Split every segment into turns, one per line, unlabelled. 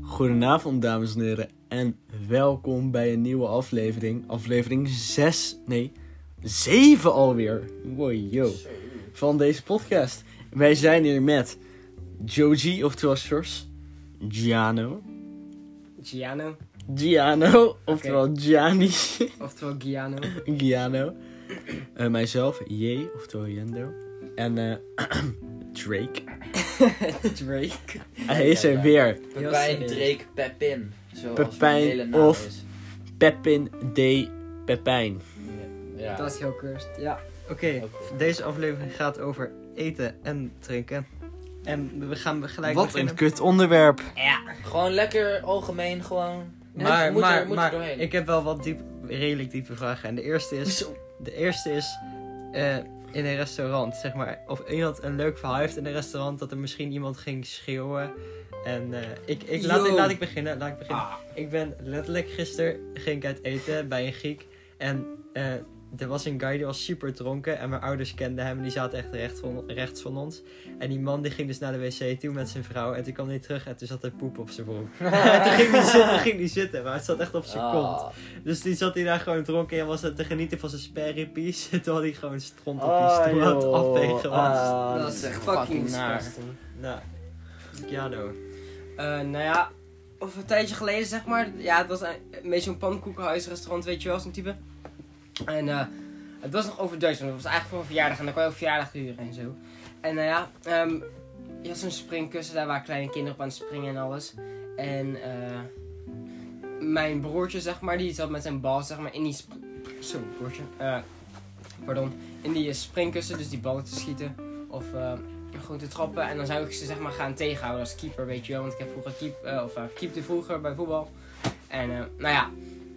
Goedenavond, dames en heren, en welkom bij een nieuwe aflevering. Aflevering 6, nee, 7 alweer. Wow, yo. Van deze podcast. Wij zijn hier met Joji, oftewel Shores. Giano.
Giano,
Giano, oftewel Gianni.
oftewel Giano.
Giano. Eh, mijzelf, J, oftewel Jendo. En eh, Drake.
Drake.
Hij is
Ja,
er
ja.
weer.
Pepijn,
Heel serieus.
Drake, Pepin. Zoals
Pepijn
mijn hele naam
of-
is.
Pepin D. Pepijn.
Ja.
Dat is heel cursed, ja.
Oké, deze aflevering gaat over eten en drinken. En we gaan gelijk
Wat een
beginnen.
kut onderwerp.
Gewoon lekker algemeen, gewoon.
Maar,
moet er-
maar,
moet er
maar
doorheen.
ik heb wel wat diep, redelijk diepe vragen. En de eerste is, de eerste is eh, in een restaurant, zeg maar. Of iemand een leuk verhaal heeft in een restaurant, dat er misschien iemand ging schreeuwen. En eh, ik, ik, laat, ik,
Yo.
laat ik beginnen, laat ik beginnen.
Ah.
Ik ben letterlijk gisteren ging ik uit eten bij een Griek. En eh, er was een guy die was super dronken. En mijn ouders kenden hem en die zaten echt recht van, rechts van ons. En die man die ging dus naar de wc toe met zijn vrouw. En toen kwam hij terug en toen zat hij poep op zijn broek. En toen ging hij zitten, ging hij zitten, maar het zat echt op zijn kont.
Ah.
Dus die zat hij daar gewoon dronken en was te genieten van zijn sperripies. Terwijl hij gewoon stront op die
Ah,
stoel aan het
joh.
afwegen was.
Ah,
Oh, dat is echt fucking
naar.
disgusting.
Nou, Jano.
Eh, nou ja, of een tijdje geleden zeg maar. Ja, het was een, een beetje zo'n pannenkoekenhuisrestaurant, weet je wel, zo'n type. En eh, het was nog over Duitsland. Het was eigenlijk voor een verjaardag en dan kon je ook verjaardag huren en zo. En nou ja, ehm, je had zo'n springkussen, daar waren kleine kinderen op aan het springen en alles. En eh, mijn broertje zeg maar, die zat met zijn bal zeg maar in die... sp- Zo, broertje. Eh, pardon. In die eh, springkussen, dus die ballen te schieten. Of... eh, gewoon te trappen. En dan zou ik ze zeg maar gaan tegenhouden als keeper, weet je wel. Want ik heb vroeger keep, eh, of eh, keepte vroeger bij voetbal. En eh, nou ja,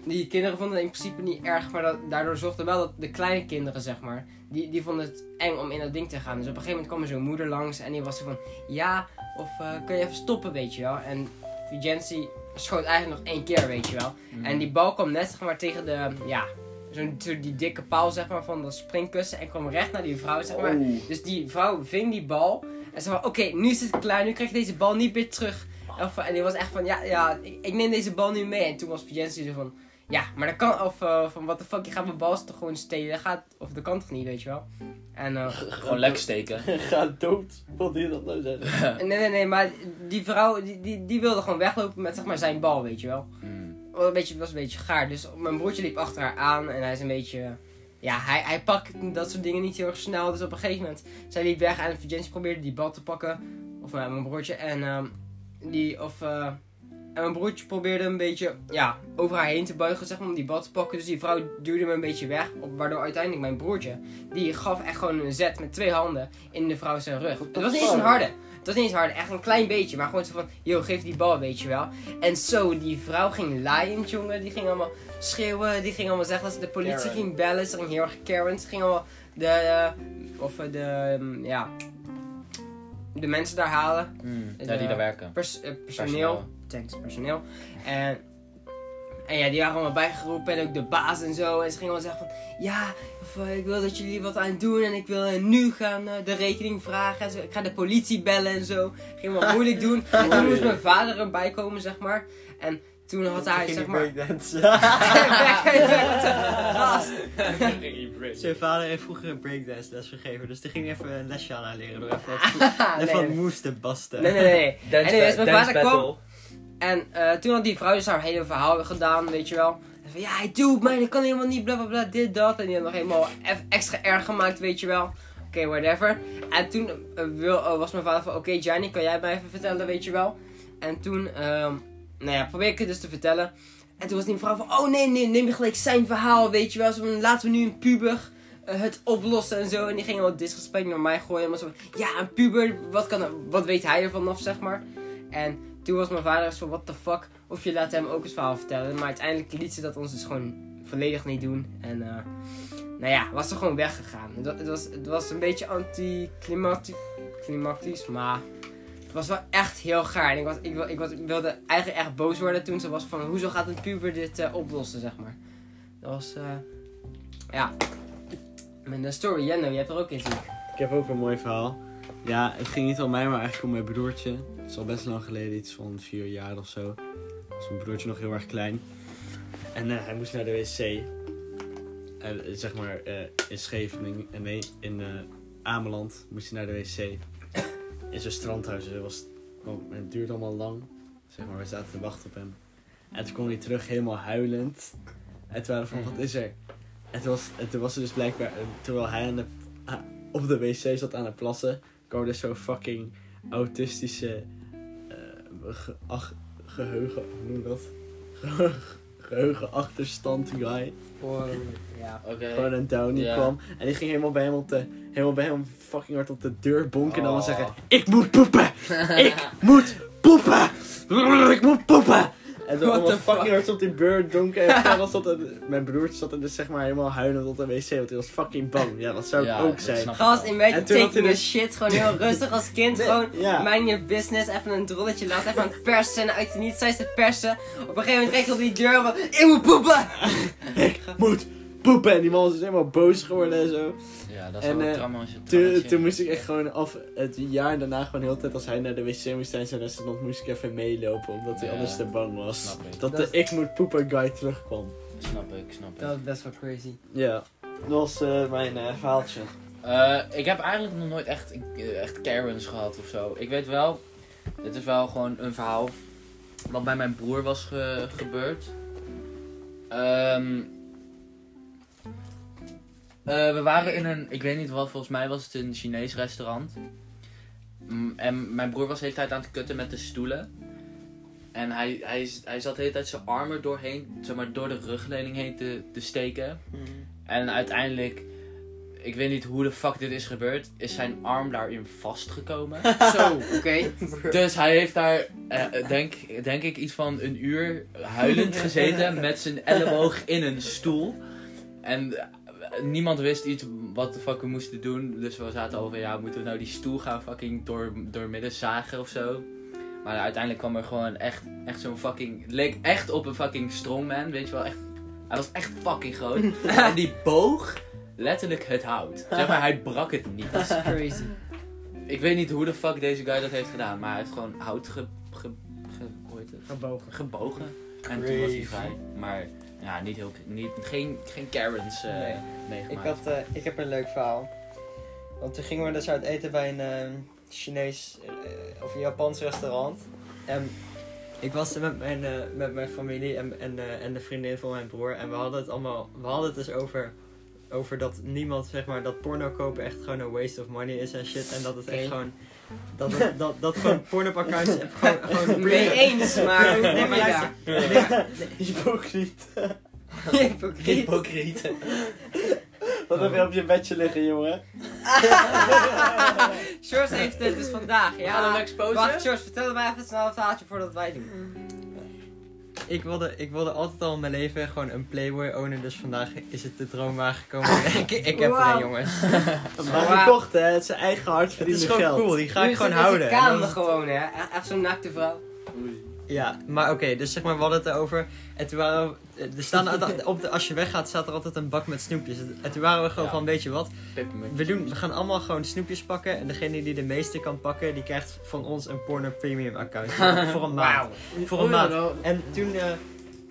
die kinderen vonden het in principe niet erg. Maar dat, daardoor zorgde wel dat de kleine kinderen zeg maar, die, die vonden het eng om in dat ding te gaan. Dus op een gegeven moment kwam er zo'n moeder langs en die was zo van, ja, of eh, kun je even stoppen, weet je wel. En Vigency schoot eigenlijk nog één keer, weet je wel. En die bal kwam net zeg maar tegen de, ja, zo'n zo die dikke paal zeg maar van dat springkussen. En kwam recht naar die vrouw zeg maar. Dus die vrouw ving die bal. En ze van, oké, nu is het klaar. Nu krijg je deze bal niet meer terug. En van- En die was echt van, ja, ja ik, ik neem deze bal nu mee. En toen was Fijensi zo van, ja, maar dat kan. Of eh, van, what the fuck, je gaat mijn bal toch gewoon stelen. Dat gaat, of dat kan toch niet, weet je wel. En, eh,
Gewoon lek steken.
Ga dood. Wat wil je dat nou zeggen?
nee, nee, nee, maar die vrouw, die, die, die wilde gewoon weglopen met, zeg maar, zijn bal, weet je wel.
Mm.
Wel Oh, Een beetje, was een beetje gaar. Dus mijn broertje liep achter haar aan en hij is een beetje... Ja, hij, hij pakt dat soort dingen niet heel erg snel. Dus op een gegeven moment, zij liep weg en Vigentie probeerde die bal te pakken. Of nou, mijn broertje. En, ehm, die, of, eh, en mijn broertje probeerde een beetje ja, over haar heen te buigen zeg maar, om die bal te pakken. Dus die vrouw duwde hem een beetje weg. op- waardoor uiteindelijk mijn broertje, die gaf echt gewoon een zet met twee handen in de vrouw zijn rug. Het was niet eens een harde. Het was niet eens een harde. Echt een klein beetje. Maar gewoon zo van, yo, geef die bal, weet je wel. En zo, die vrouw ging laaiend, jongen. Die ging allemaal schreeuwen. Die ging allemaal zeggen dat ze de politie
Karen.
ging bellen. Ze ging heel erg Karen. Ze ging allemaal de, eh, of eh, de, mm, ja, de mensen daar halen.
Mm. Ja,
De-
die daar werken.
Pers- eh, personeel. Thanks, personeel. En, en ja, die waren allemaal bijgeroepen en ook de baas en zo. En ze gingen allemaal zeggen van, ja, of, eh, ik wil dat jullie wat aan doen en ik wil eh, nu gaan eh, de rekening vragen. En zo, ik ga de politie bellen en zo. Ging wel moeilijk doen. En toen moest mijn vader erbij komen, zeg maar. En toen had hij, zeg maar... Weg, weg, weg, gast.
Zijn vader heeft vroeger een breakdance les gegeven, dus die ging even een lesje aan haar leren. Door even wat, voet- even wat
nee.
moes te basten.
Nee, nee, nee.
Dance,
Anyways,
ba-
mijn
dance
vader kwam-
battle.
En eh, toen had die vrouw dus haar hele verhaal gedaan, weet je wel. En van, ja, hij doet mij, dat kan helemaal niet, bla bla bla, dit, dat. En die had nog helemaal eff- extra erg gemaakt, weet je wel. Oké, whatever. En toen eh, wil, eh, was mijn vader van, oké, Gianni, kan jij mij even vertellen, weet je wel. En toen, ehm, nou ja, probeer ik het dus te vertellen. En toen was die vrouw van, oh nee, nee, neem je gelijk zijn verhaal, weet je wel. Zo van, laten we nu een puber eh, het oplossen en zo. En die ging al disrespect naar mij gooien. Maar zo van, ja, een puber, wat, kan, wat weet hij ervan af, zeg maar. En toen was mijn vader zo, what the fuck, of je laat hem ook het verhaal vertellen. Maar uiteindelijk liet ze dat ons dus gewoon volledig niet doen. En eh, nou ja, was ze gewoon weggegaan. Het, wa- het, was, het was een beetje anticlimactisch, maar het was wel echt heel gaar. En ik, was, ik, wil- ik, was, ik wilde eigenlijk echt boos worden toen ze was van, hoezo gaat een puber dit eh, oplossen, zeg maar. Dat was, eh, ja. Mijn eh, story, Jendo, je hebt er ook in zien.
Ik heb ook een mooi verhaal. Ja, het ging niet om mij, maar eigenlijk om mijn broertje. Het is al best lang geleden, iets van vier jaar of zo. Was mijn broertje nog heel erg klein. En eh, hij moest naar de wc. En, eh, zeg maar eh, in Scheveningen, eh, nee, in eh, Ameland moest hij naar de wc. In zo'n strandhuis. Dus het, was, oh, het duurde allemaal lang. Zeg maar, we zaten te wachten op hem. En toen kwam hij terug helemaal huilend. En toen waren we van, wat is er? En toen was, en toen was er dus blijkbaar, eh, terwijl hij aan de, ah, op de wc zat aan het plassen, kwam er zo'n fucking autistische eh, ge- ach- geheugen, hoe noem je dat? Geheugenachterstand guy.
Ja.
Oké.
Gewoon een Downey
Ja.
kwam. En die ging helemaal bij hem, op de, helemaal bij hem fucking hard op de deur bonken. En dan
Oh.
zeggen, ik moet poepen! Ik moet poepen! Ik moet poepen! En toen
What
allemaal
the fuck?
fucking hard op die beurt donken. En verder was dat een- mijn broertje zat er dus zeg maar helemaal huilend op de wc. Want hij was fucking bang. Ja, dat zou
Ja,
ik ook
dat
zijn.
snap ik
Gast,
wel.
in beetje
En toen had
taking
hij
the
dus-
shit. Gewoon heel rustig als kind.
Nee,
gewoon,
ja.
mind your business. Even een drolletje laten. Even aan het persen. Uit de niets zijn ze persen. Op een gegeven moment kreeg je op die deur. Van, ik moet poepen.
Ik moet poepen. En die man was dus helemaal boos geworden en zo.
Ja, dat is
En,
wel een
eh,
trauma als je
Toen,
trauma-
toen moest ik echt gewoon af het jaar daarna gewoon de hele tijd als hij naar de wc moest zijn, zijn restaurant moest ik even meelopen omdat hij
Ja,
anders te bang was.
snap ik.
Dat de
Dat
ik moet poepen guy terugkwam.
Snap ik, snap ik.
Dat is best wel crazy.
Ja, dat was eh, mijn eh, verhaaltje.
Eh, ik heb eigenlijk nog nooit echt, eh, echt Karens gehad of zo. Ik weet wel, dit is wel gewoon een verhaal wat bij mijn broer was ge- gebeurd. Ehm, eh, we waren in een, ik weet niet wat, volgens mij was het een Chinees restaurant. Mm, En mijn broer was de hele tijd aan het kutten met de stoelen. En hij, hij, hij zat de hele tijd zijn armen doorheen, zeg maar door de rugleuning heen te, te steken. En uiteindelijk, ik weet niet hoe de fuck dit is gebeurd, is zijn arm daarin vastgekomen.
Zo, oké.
dus hij heeft daar, eh, eh, denk, denk ik, iets van een uur huilend gezeten met zijn elleboog in een stoel. En eh, niemand wist iets wat de fuck we moesten doen. Dus we zaten over, ja, moeten we nou die stoel gaan fucking door, doormidden zagen of zo. Maar uiteindelijk kwam er gewoon echt, echt zo'n fucking. Het leek echt op een fucking strongman, weet je wel. Echt, hij was echt fucking groot. en die boog letterlijk het hout. Zeg maar, hij brak het niet.
Dat is crazy.
Ik weet niet hoe de fuck deze guy dat heeft gedaan, maar hij heeft gewoon hout ge, ge, ge- hoe heet het?
Gebogen.
gebogen. En toen was hij
Crazy.
vrij. Maar ja, niet heel, niet, geen, geen Karens eh,
Nee. Ik,
meegemaakt.
had, eh, ik heb een leuk verhaal. Want toen gingen we dus uit eten bij een eh, Chinees eh, of een Japans restaurant. En ik was er met mijn, eh, met mijn familie en, en, eh, en de vriendin van mijn broer. En we hadden het allemaal, we hadden het dus over, over dat niemand, zeg maar, dat porno kopen echt gewoon een waste of money is en shit. En dat het echt
Oké.
gewoon, dat, het- dat, dat gewoon porno-accounts gewoon, gewoon
Mee eens, maar... Nee, maar ja.
Hypocriet.
Hypocriet.
Hypocriet.
Wat heb je op je bedje liggen, jongen?
Sjors heeft het dus vandaag,
We gaan hem
Ah.
ja.
exposen.
Wacht, Sjors, vertel mij even snel een verhaaltje voordat wij het doen.
Ik wilde, ik wilde altijd al in mijn leven gewoon een Playboy ownen, dus vandaag is het de droom waargekomen. ik, ik heb er
Wauw.
een, jongens.
Maar gekocht, hè? Het is zijn eigen
Het is
hardverdiende
gewoon
geld.
cool, die ga
Nu
ik
is
gewoon
het in
houden.
zijn
En dan
kamer
is het-
gewoon, hè. E- Echt zo'n naakte vrouw.
Ja, maar oké, dus zeg maar, we hadden het erover. En toen waren we, er staan altijd- op de, als je weggaat, staat er altijd een bak met snoepjes. En toen waren we gewoon
Ja.
van, weet je wat,
Peppermint.
we, doen, we gaan allemaal gewoon snoepjes pakken. En degene die de meeste kan pakken, die krijgt van ons een porno premium account. voor een maand.
Wauw.
Voor een maand. En toen, eh,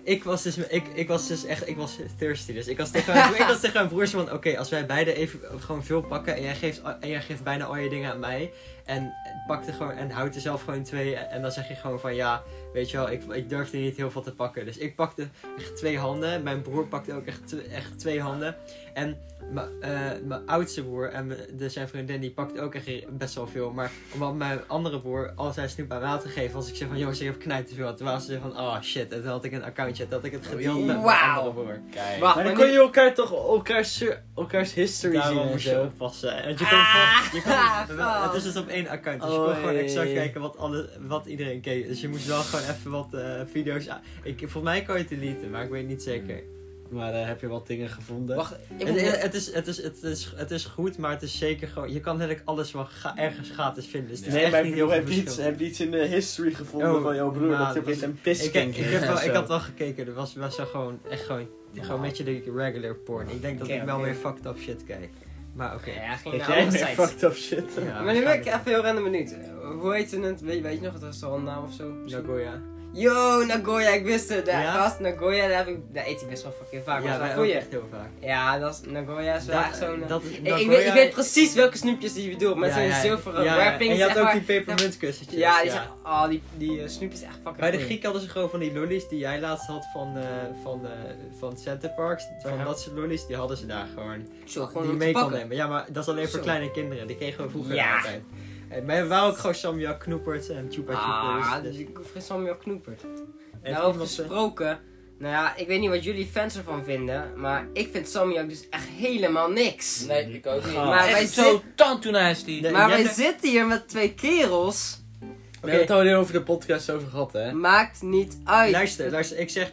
ik was dus, ik, ik was dus echt, ik was thirsty. Dus ik was tegen mijn, ik was tegen mijn broers van, oké, als wij beide even gewoon veel pakken en jij, geeft, a- en jij geeft bijna al je dingen aan mij. En pakte gewoon, en houdt er zelf gewoon twee. En dan zeg je gewoon van, ja, weet je wel, ik, ik durfde niet heel veel te pakken. Dus ik pakte echt twee handen. Mijn broer pakte ook echt, tw- echt twee handen. En mijn eh, mijn oudste broer en mijn- de, zijn vriendin, die pakte ook echt best wel veel. Maar omdat mijn andere broer al zijn snoep aan mij had gegeven, als ik zei van jongens, ik heb knijt te veel. Toen waren ze van, oh shit. En toen had ik een accountje, toen had ik het gedeeld met mijn
Wauw.
andere broer.
Kijk.
Wacht,
Maar dan
maar
kon
nu...
je elkaar toch elkaars, elkaars history
Daarom
zien en
moest je
zo.
oppassen. Want je kon,
Ah,
van- je kon-
ah,
het is dus op één account, dus je kon
Oh,
gewoon
ja,
exact
ja, ja.
kijken wat, alle, wat iedereen keek. Dus je moest wel gewoon even wat eh, video's aan. Ik, volgens mij kan je het deleten, maar ik weet niet zeker.
Maar eh, heb je wat dingen gevonden?
Wacht, Mm. ik
Het,
moet...
het, is, het, is, het, is, het is goed, maar het is zeker gewoon. Je kan letterlijk alles wel ga- ergens gratis vinden. Dus het is
nee,
echt
maar ik
niet
bedoel,
heel
heb
veel
je iets,
verschil.
heb je iets in de history gevonden
Oh,
van jouw broer?
nou,
dat hij
dat
opeens
is-
een pis
Ik, ik, heb wel, ik had
wel.
wel gekeken, er was, was wel gewoon echt gewoon, gewoon
Wauw.
een beetje de regular porn. Ik denk dat
Oké,
ik wel
oké.
meer fucked up shit kijk. Maar oké.
Ja, ging
Dat
naar
jij
andere
weer
sites.
fucked up shit.
Maar
Ja,
nu ben ik
waarschijnlijk.
even heel random benieuwd. Hoe heet ze het? Weet, weet je nog het restaurantnaam of zo?
Nagoya.
Yo, Nagoya, ik wist het. Ja,
Ja?
gast, Nagoya, daar, heb ik, daar eet ik best wel fucking vaak. Ja,
ja,
dat is
wij
wel een
ook
goeie.
echt heel vaak.
Ja, dat is, Nagoya is wel echt zo'n... eh,
dat is-
ik, ik,
Nagoya-
weet, ik weet precies welke snoepjes die je bedoelt. Met
Ja,
zo'n
ja,
zilveren
ja, ja.
wrapping.
En je had
zeg
ook
maar-
die pepermuntkussentjes.
Ja, die zijn... Oh, die, die eh, snoepjes echt fucking
Bij de
goeie.
Griek hadden ze gewoon van die lollies die jij laatst had van, eh van, eh van Center Parks. Van
Ja.
dat soort lollies, die hadden ze daar gewoon.
Zo,
die
gewoon
je
om
mee
te
kan
pakken.
nemen. Ja, maar dat is alleen voor
Zo.
kleine kinderen. Die kregen we vroeger
Ja.
altijd. En wij waren ook gewoon Samja knoeperts en chupa chups.
Ah,
dus
dus ik fris al meer knoepert.
heeft
Daarover
iemand, eh,
gesproken. Nou ja, ik weet niet wat jullie fans ervan vinden, maar ik vind Samyak dus echt helemaal niks.
Nee, ik ook niet.
Ah.
Maar
Maar
wij
echt zo tante
Nee,
maar
jij
wij
bent-
zitten hier met twee kerels.
We hebben het al heel over de podcast over gehad, hè?
Maakt niet uit.
Eh? Luister, luister, ik zeg.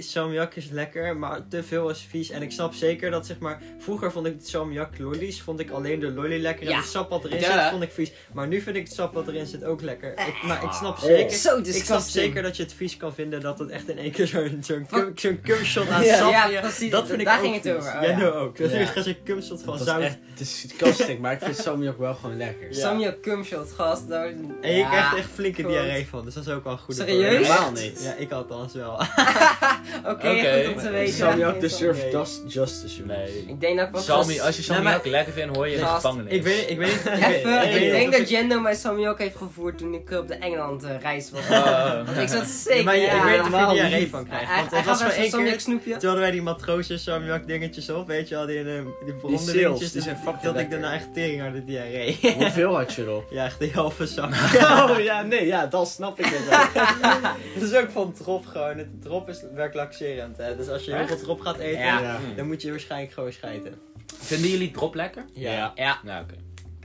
Samjak is lekker, maar te veel is vies. En ik snap zeker dat, zeg maar, vroeger vond ik Samjak lollies, vond ik alleen de lolly lekker. En
Ja. Eh.
het sap wat erin
Ja.
zit, vond ik vies. Maar nu vind ik het sap wat erin zit ook lekker. Ik- maar ik snap
Ah.
zeker,
Zo
ik snap
disgusting.
zeker dat je het vies kan vinden dat het echt in één keer zo'n zo'n
Fuck.
cum- zo'n cumshot aan
Ja.
sap.
Ja, precies.
dat vind ik
daar
ook
ging het
vies.
over. Oh,
Jij
ja.
nou ook. Dat
Ja.
is echt zo'n cumshot van
Dat
zout.
is echt disgusting, maar ik vind Samjok wel gewoon lekker.
Ja.
Samyak cumshot, gast. Daar...
En je
Ja.
krijgt echt flinke
goed.
diarree van, dus dat is ook wel een goede
Serieus?
voor-
Normaal niet.
Ja, ik althans wel.
Oké,
Oké.
goed om te
Maar
weten.
Samjak
Nee.
deserves just- justice, jongens.
Nee.
Ik denk dat ik wel...
Salmi, als je Salmi
Nee, maar-
ook lekker vindt, hoor je in de
Gast,
gevangenis.
Ik weet, ik weet, ik weet,
Even,
ik
ik
weet
denk
niet
dat Jendo mij Samyak heeft gevoerd toen ik op de Engeland eh, reis was.
Oh.
Want ik zat zeker...
maar je- ik weet dat je
normaal
diarree
niet.
van
Hij,
krijgt.
hij,
Want
hij
het
gaf
was maar
echt
één
zo'n Samyak
keer...
snoepje.
Toen hadden wij die matrozen samjak dingetjes op, weet je wel, die, eh, die
sales,
blonde
die
dingetjes.
zijn
dat-
fucking
Dat ik
lekker.
daarna echt tering aan de diarree.
Hoeveel had je erop?
ja, echt de halve samjak.
Oh ja, nee, ja, dat snap ik het wel.
Dat is ook van drop gewoon. Het drop is, werkt laxerend, hè. Dus als je heel
Echt?
veel drop gaat eten,
Ja.
dan moet je waarschijnlijk gewoon schijten.
Vinden jullie drop lekker?
Ja.
Nou, oké.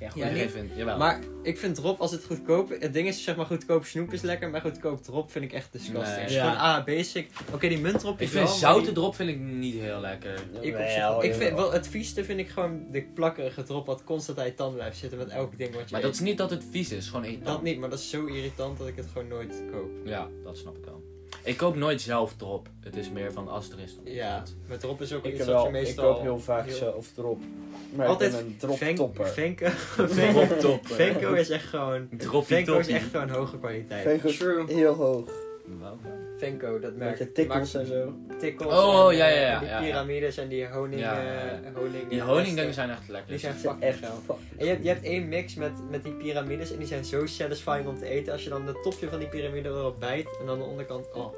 Oké, goed.
Ja,
Iedereen
niet?
vindt- jawel.
Maar ik vind drop als het goedkoop... Het ding is, zeg maar, goedkoop snoep is lekker, maar goedkoop drop vind ik echt disgusting.
Nee.
Het is
Ja.
Gewoon, ah, basic. Oké, die muntdrop
ik
is
vind
wel, maar
zouten
die-
drop vind ik niet heel lekker.
Ik, op zich
Jawel,
wel. ik vind,
jawel.
wel, het vieste vind ik gewoon de plakkerige drop wat constant aan je tand blijft zitten met elk ding wat je
Maar dat is niet dat het vies is, gewoon
eet.
irritant.
Dat niet, maar dat is zo irritant dat ik het gewoon nooit koop.
Ja, dat snap ik wel. Ik koop nooit zelf drop. Het is meer van als er is dan
Ja,
is.
met drop is ook
Ik,
iets
heb
wat je
wel, ik
meestal...
koop heel vaak zo, of drop. Maar
Altijd
ik ben een
Ven-
drop-topper.
Venko,
Drop
Venko,
topper.
Venko is echt gewoon...
Droppie
Venko is
toppie.
echt gewoon hoge kwaliteit.
Venko is
True.
heel hoog.
Wel.
Venko, dat
Met de
merk
tikkels en zo.
tikkels
Oh,
en,
ja, ja,
eh,
ja,
die
ja, ja.
piramides en die honing...
Ja,
eh,
ja, ja.
honing
Die
eh,
honingdingen
resten.
zijn echt lekker.
Die zijn
Ze
fucking
echt
geil.
fucking
En je hebt, je hebt één mix met, met die piramides en die zijn zo satisfying om te eten. Als je dan het topje van die piramide erop bijt en dan de onderkant, oh.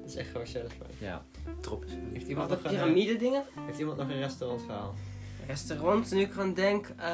Dat is echt gewoon satisfying.
Ja, drop is
Heeft
Wat
iemand,
de
nog een,
piramide dingen?
heeft iemand nog een restaurantverhaal?
Restaurant, nu ik eraan denk, eh,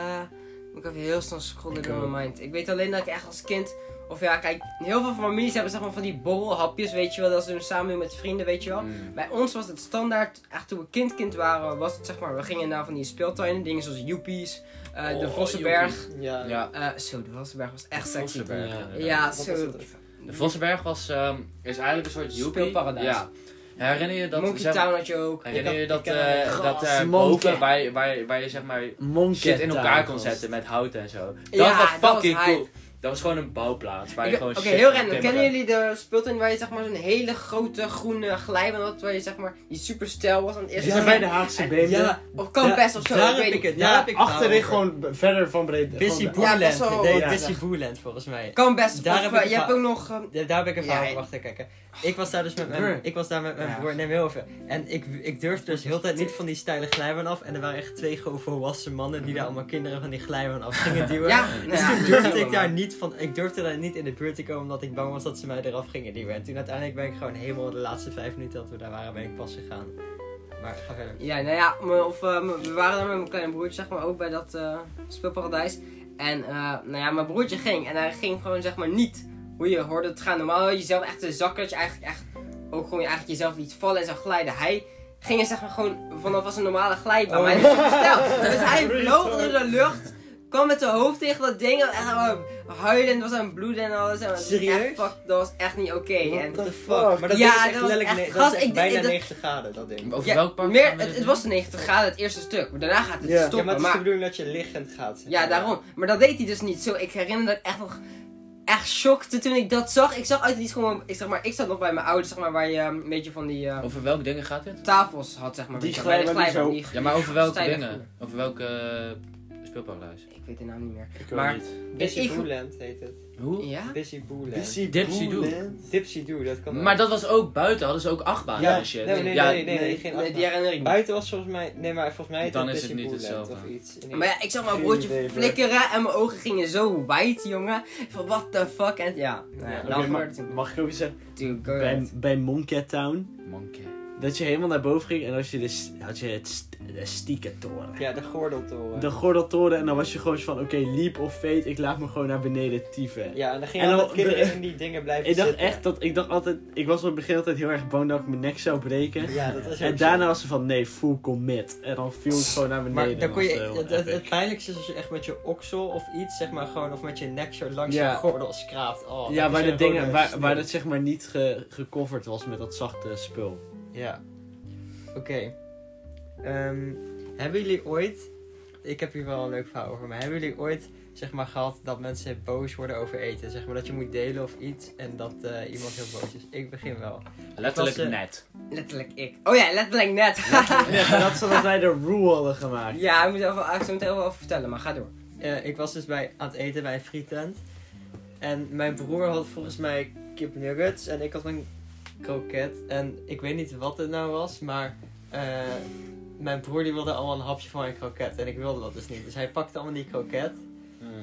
moet ik even heel snel scrollen
Ik
door mijn mind. Ik weet alleen dat ik echt als kind, of ja, kijk, heel veel families hebben zeg maar van die borrelhapjes, weet je wel, dat ze doen samen doen met vrienden, weet je wel.
Mm.
Bij ons was het standaard, echt toen we kind kind waren, was het zeg maar, we gingen naar van die speeltuinen, dingen zoals Joepies, eh, de
Oh,
Vossenberg.
Ja.
Ja,
Eh, zo, de Vossenberg was echt
de
sexy.
Vossenberg.
Ja.
inderdaad.
Ja,
Wat was
zo.
het?
De Vossenberg was, ehm, is eigenlijk een soort joepie.
Speelparadijs.
Ja. Herinner je dat...
Monkey
zeg-
Town had je ook.
Herinner je
Ik had-
dat,
ik ken
eh,
hem.
dat
Gras,
daar
monkey.
boven waar, waar, waar je zeg maar
Monkey
shit in elkaar kon
tafels.
zetten met hout en zo. Dat
Ja,
was
dat
fucking
was hype.
cool. Dat was gewoon een bouwplaats waar je
Ik-
gewoon
Oké,
shit
heel
kon
random.
timmeren.
Kennen jullie de speeltuin waar je zeg maar zo'n hele grote groene glijbaan had, waar je zeg maar die super stijl was aan het eerste
Is dat bij de Haagse
En-
Beemden?
Ja,
Of campus of zo,
daar
ik
heb
weet
ik
niet.
het. Daar
Ja,
heb ik
achterin
verhaal over.
gewoon b- verder van breed.
Busy
van de-
Ja,
Booland.
best wel-
nee,
ja,
Busy
ja.
Booland volgens mij.
Campus.
Daar
of,
heb
eh,
ik
je hebt
va-
ook nog... ehm,
Ja, daar heb ik een
Ja,
verhaal
ik-
over. Wacht even kijken. Ik was daar dus met mijn,
Broer.
ik was daar met mijn
Ja.
broer, neem heel even. En ik, ik durfde dus heel de tijd niet van die steile glijbaan af. En er waren echt twee gewoon volwassen mannen die daar allemaal kinderen van die glijbaan af gingen duwen.
ja, nou
Dus
ja,
toen durfde ik
maar.
daar niet van, ik durfde daar niet in de buurt te komen omdat ik bang was dat ze mij eraf gingen duwen. En toen uiteindelijk ben ik gewoon helemaal de laatste vijf minuten dat we daar waren, ben ik pas gegaan. Maar ga verder.
Ja, nou ja, me- of, eh, me- we waren daar met mijn kleine broertje, zeg maar, ook bij dat eh, speelparadijs. En, eh, nou ja, mijn broertje ging. En hij ging gewoon, zeg maar, niet hoe je hoorde het gaan. Normaal had je zelf echt een zakken, dat je eigenlijk echt ook gewoon eigenlijk jezelf liet vallen en zou glijden. Hij ging er, zeg maar, gewoon vanaf als een normale glijbaan.
Oh.
Maar hij was opgesteld. Dus hij
Retard.
vloog door de lucht, kwam met zijn hoofd tegen dat ding. En echt eh, huilen, het was aan bloed en alles. En het was echt
Serieus?
fuck, dat was echt niet oké. En-
What the
fuck?
fuck? Maar dat
Ja,
ding is echt
dat was
letterlijk
echt-
ne- dat
gast,
is echt
ik-
bijna
ik- dat-
90 graden, dat ding.
Over
Ja,
welk park
meer,
gaan we
het,
dit
het
doen?
was 90 graden het eerste stuk, maar daarna gaat het
Ja.
Ja,
stoppen.
maar het is
maar
de bedoeling dat je liggend gaat.
ja, daarom. Maar dat deed hij dus niet zo. Ik herinner dat ik echt nog echt shockte toen ik dat zag. Ik zag uit niet gewoon. Ik zeg maar, ik zat nog bij mijn ouders, zeg maar, waar je ehm, een beetje van die eh,
Over welke dingen gaat dit?
tafels had, zeg maar.
Die
weet je wel, bij de
glijbaan die
glijbaan, die-
Ja, maar over welke
Stijl
dingen?
voelen.
Over welke eh, speelpaleis?
Ik weet de naam niet meer.
Ik
Maar-
niet.
Busy
Ik-
Booland heet het.
Hoe?
Ja?
Busy Booland.
Dipsy
Dipsy Doo.
Dooland.
Dipsy Doo, dat kan ook.
Maar dat was ook buiten, hadden ze ook achtbanen
Ja,
en shit.
Nee, nee, nee,
ja,
nee,
nee.
nee, geen
Nee,
afspraak.
die herinner ik niet.
Buiten was volgens mij... Nee, maar volgens mij heet
Dan
het
is het
Busy
niet
Booland
hetzelfde.
of iets. In
Maar ja, ik zag mijn
Geen idee,
broertje
maar-
flikkeren en mijn ogen gingen zo wijd, jongen. Van what the fuck. En ja, nou ja,
Ja,
Oké,
dan
maar-
gebeurde het.
mag ik ook iets zeggen?
Dude, go
Bij,
ahead.
bij Momcat Town,
Monkey.
dat je helemaal naar boven ging en als je, de, s- had je het, st- de stiekentoren.
Ja, de gordeltoren.
De gordeltoren en dan was je gewoon zo van, oké, leap of fate, ik laat me gewoon naar beneden tieven.
Ja, en dan
En
gingen altijd
dan-
kinderen in die dingen blijven
Ik dacht
zitten.
echt dat, ik dacht altijd, ik was op het begin altijd heel erg bang dat ik mijn nek zou breken.
Ja, dat was
En
ook
daarna
zo.
was ze van, nee, full commit. En dan viel het gewoon naar beneden.
Maar dan kon je,
Dat was heel
het, het, het
epic.
pijnlijkste is als je echt met je oksel of iets, zeg maar gewoon, of met je nek zo langs
Ja.
je gordel schraapt. Oh,
ja,
dat
waar,
is
de
een
dingen,
rode
waar,
sneeuw.
waar dat zeg maar niet ge, gecoverd was met dat zachte spul.
Ja. Oké. Ehm, hebben jullie ooit... Ik heb hier wel een leuk verhaal over, maar hebben jullie ooit, zeg maar, gehad dat mensen boos worden over eten? Zeg maar dat je moet delen of iets en dat eh, iemand heel boos is. Ik begin wel.
Letterlijk
Dat was, eh,
net.
Letterlijk ik. Oh ja, letterlijk net.
Ja, dat is omdat wij de rule hadden gemaakt.
ja, ik moet er wel- ik zal het er wel over vertellen, maar ga door.
Eh, ik was dus bij, aan het eten bij een frietent. En mijn broer had volgens mij kipnuggets en ik had een kroket. En ik weet niet wat het nou was, maar eh, mijn broer die wilde allemaal een hapje van mijn kroket. En ik wilde dat dus niet. Dus hij pakte allemaal die kroket.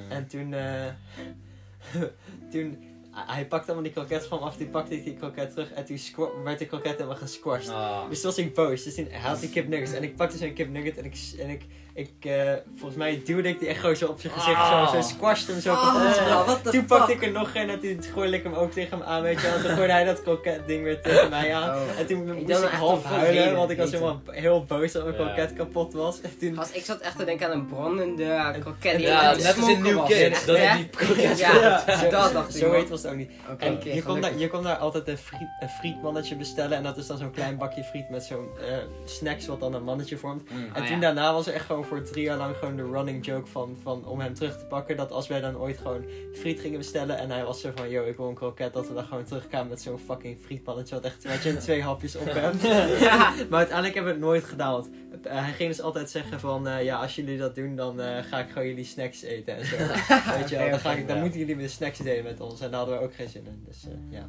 En toen, eh, toen, hij pakte allemaal die kroket van me af, toen pakte ik die kroket terug en toen squa- werd de kroket helemaal gesquashed.
Ah.
Dus toen was ik boos, dus toen had ik kipnuggets en ik pakte zo'n kipnugget en ik, s- en ik, ik eh, volgens mij duwde ik die echt gewoon zo op zijn gezicht,
Ah.
zo, zo squashed hem zo kapot.
Oh,
Eh,
what the
toen
fuck?
pakte ik er nog een en toen gooide ik hem ook tegen hem aan, weet je wel. Toen gooide hij dat kroket ding weer tegen mij aan.
Oh.
En toen
dacht
moest
echt
ik half
om veel
huilen,
reden,
want ik was
weet je.
helemaal heel boos dat mijn
Ja.
kroket kapot was. En toen
Gast, ik zat echt te denken aan een brandende eh, kroket. die
Ja,
aan het
net als in
smoken
New
was.
Kids.
Echt,
Dat
hè?
die kroket.
Ja,
Zo-
dat dacht ik.
Zo
man.
heet was het ook niet.
Oké,
En
oké,
je, kon daar,
gelukkig.
je kon daar altijd een, friet, een frietmannetje bestellen. En dat is dan zo'n klein bakje friet met zo'n eh, snacks wat dan een mannetje vormt.
Mm.
En
Ah,
toen
ja.
daarna was er echt gewoon voor drie jaar lang gewoon de running joke van, van om hem terug te pakken. Dat als wij dan ooit gewoon friet gingen bestellen en hij was zo van, yo, ik wil een kroket. Dat we dan gewoon terugkwamen met zo'n fucking frietmannetje wat echt, wat je in twee hapjes op hebt.
Ja.
Maar uiteindelijk hebben we het nooit gedaan. Want eh, hij ging dus altijd zeggen van, eh, ja, als jullie dat doen, dan eh, ga ik gewoon jullie snacks eten en zo. Weet je wel, dan, ga ik, dan
Ja.
moeten jullie weer snacks delen met ons. En daar hadden we ook geen zin in. Dus eh, ja.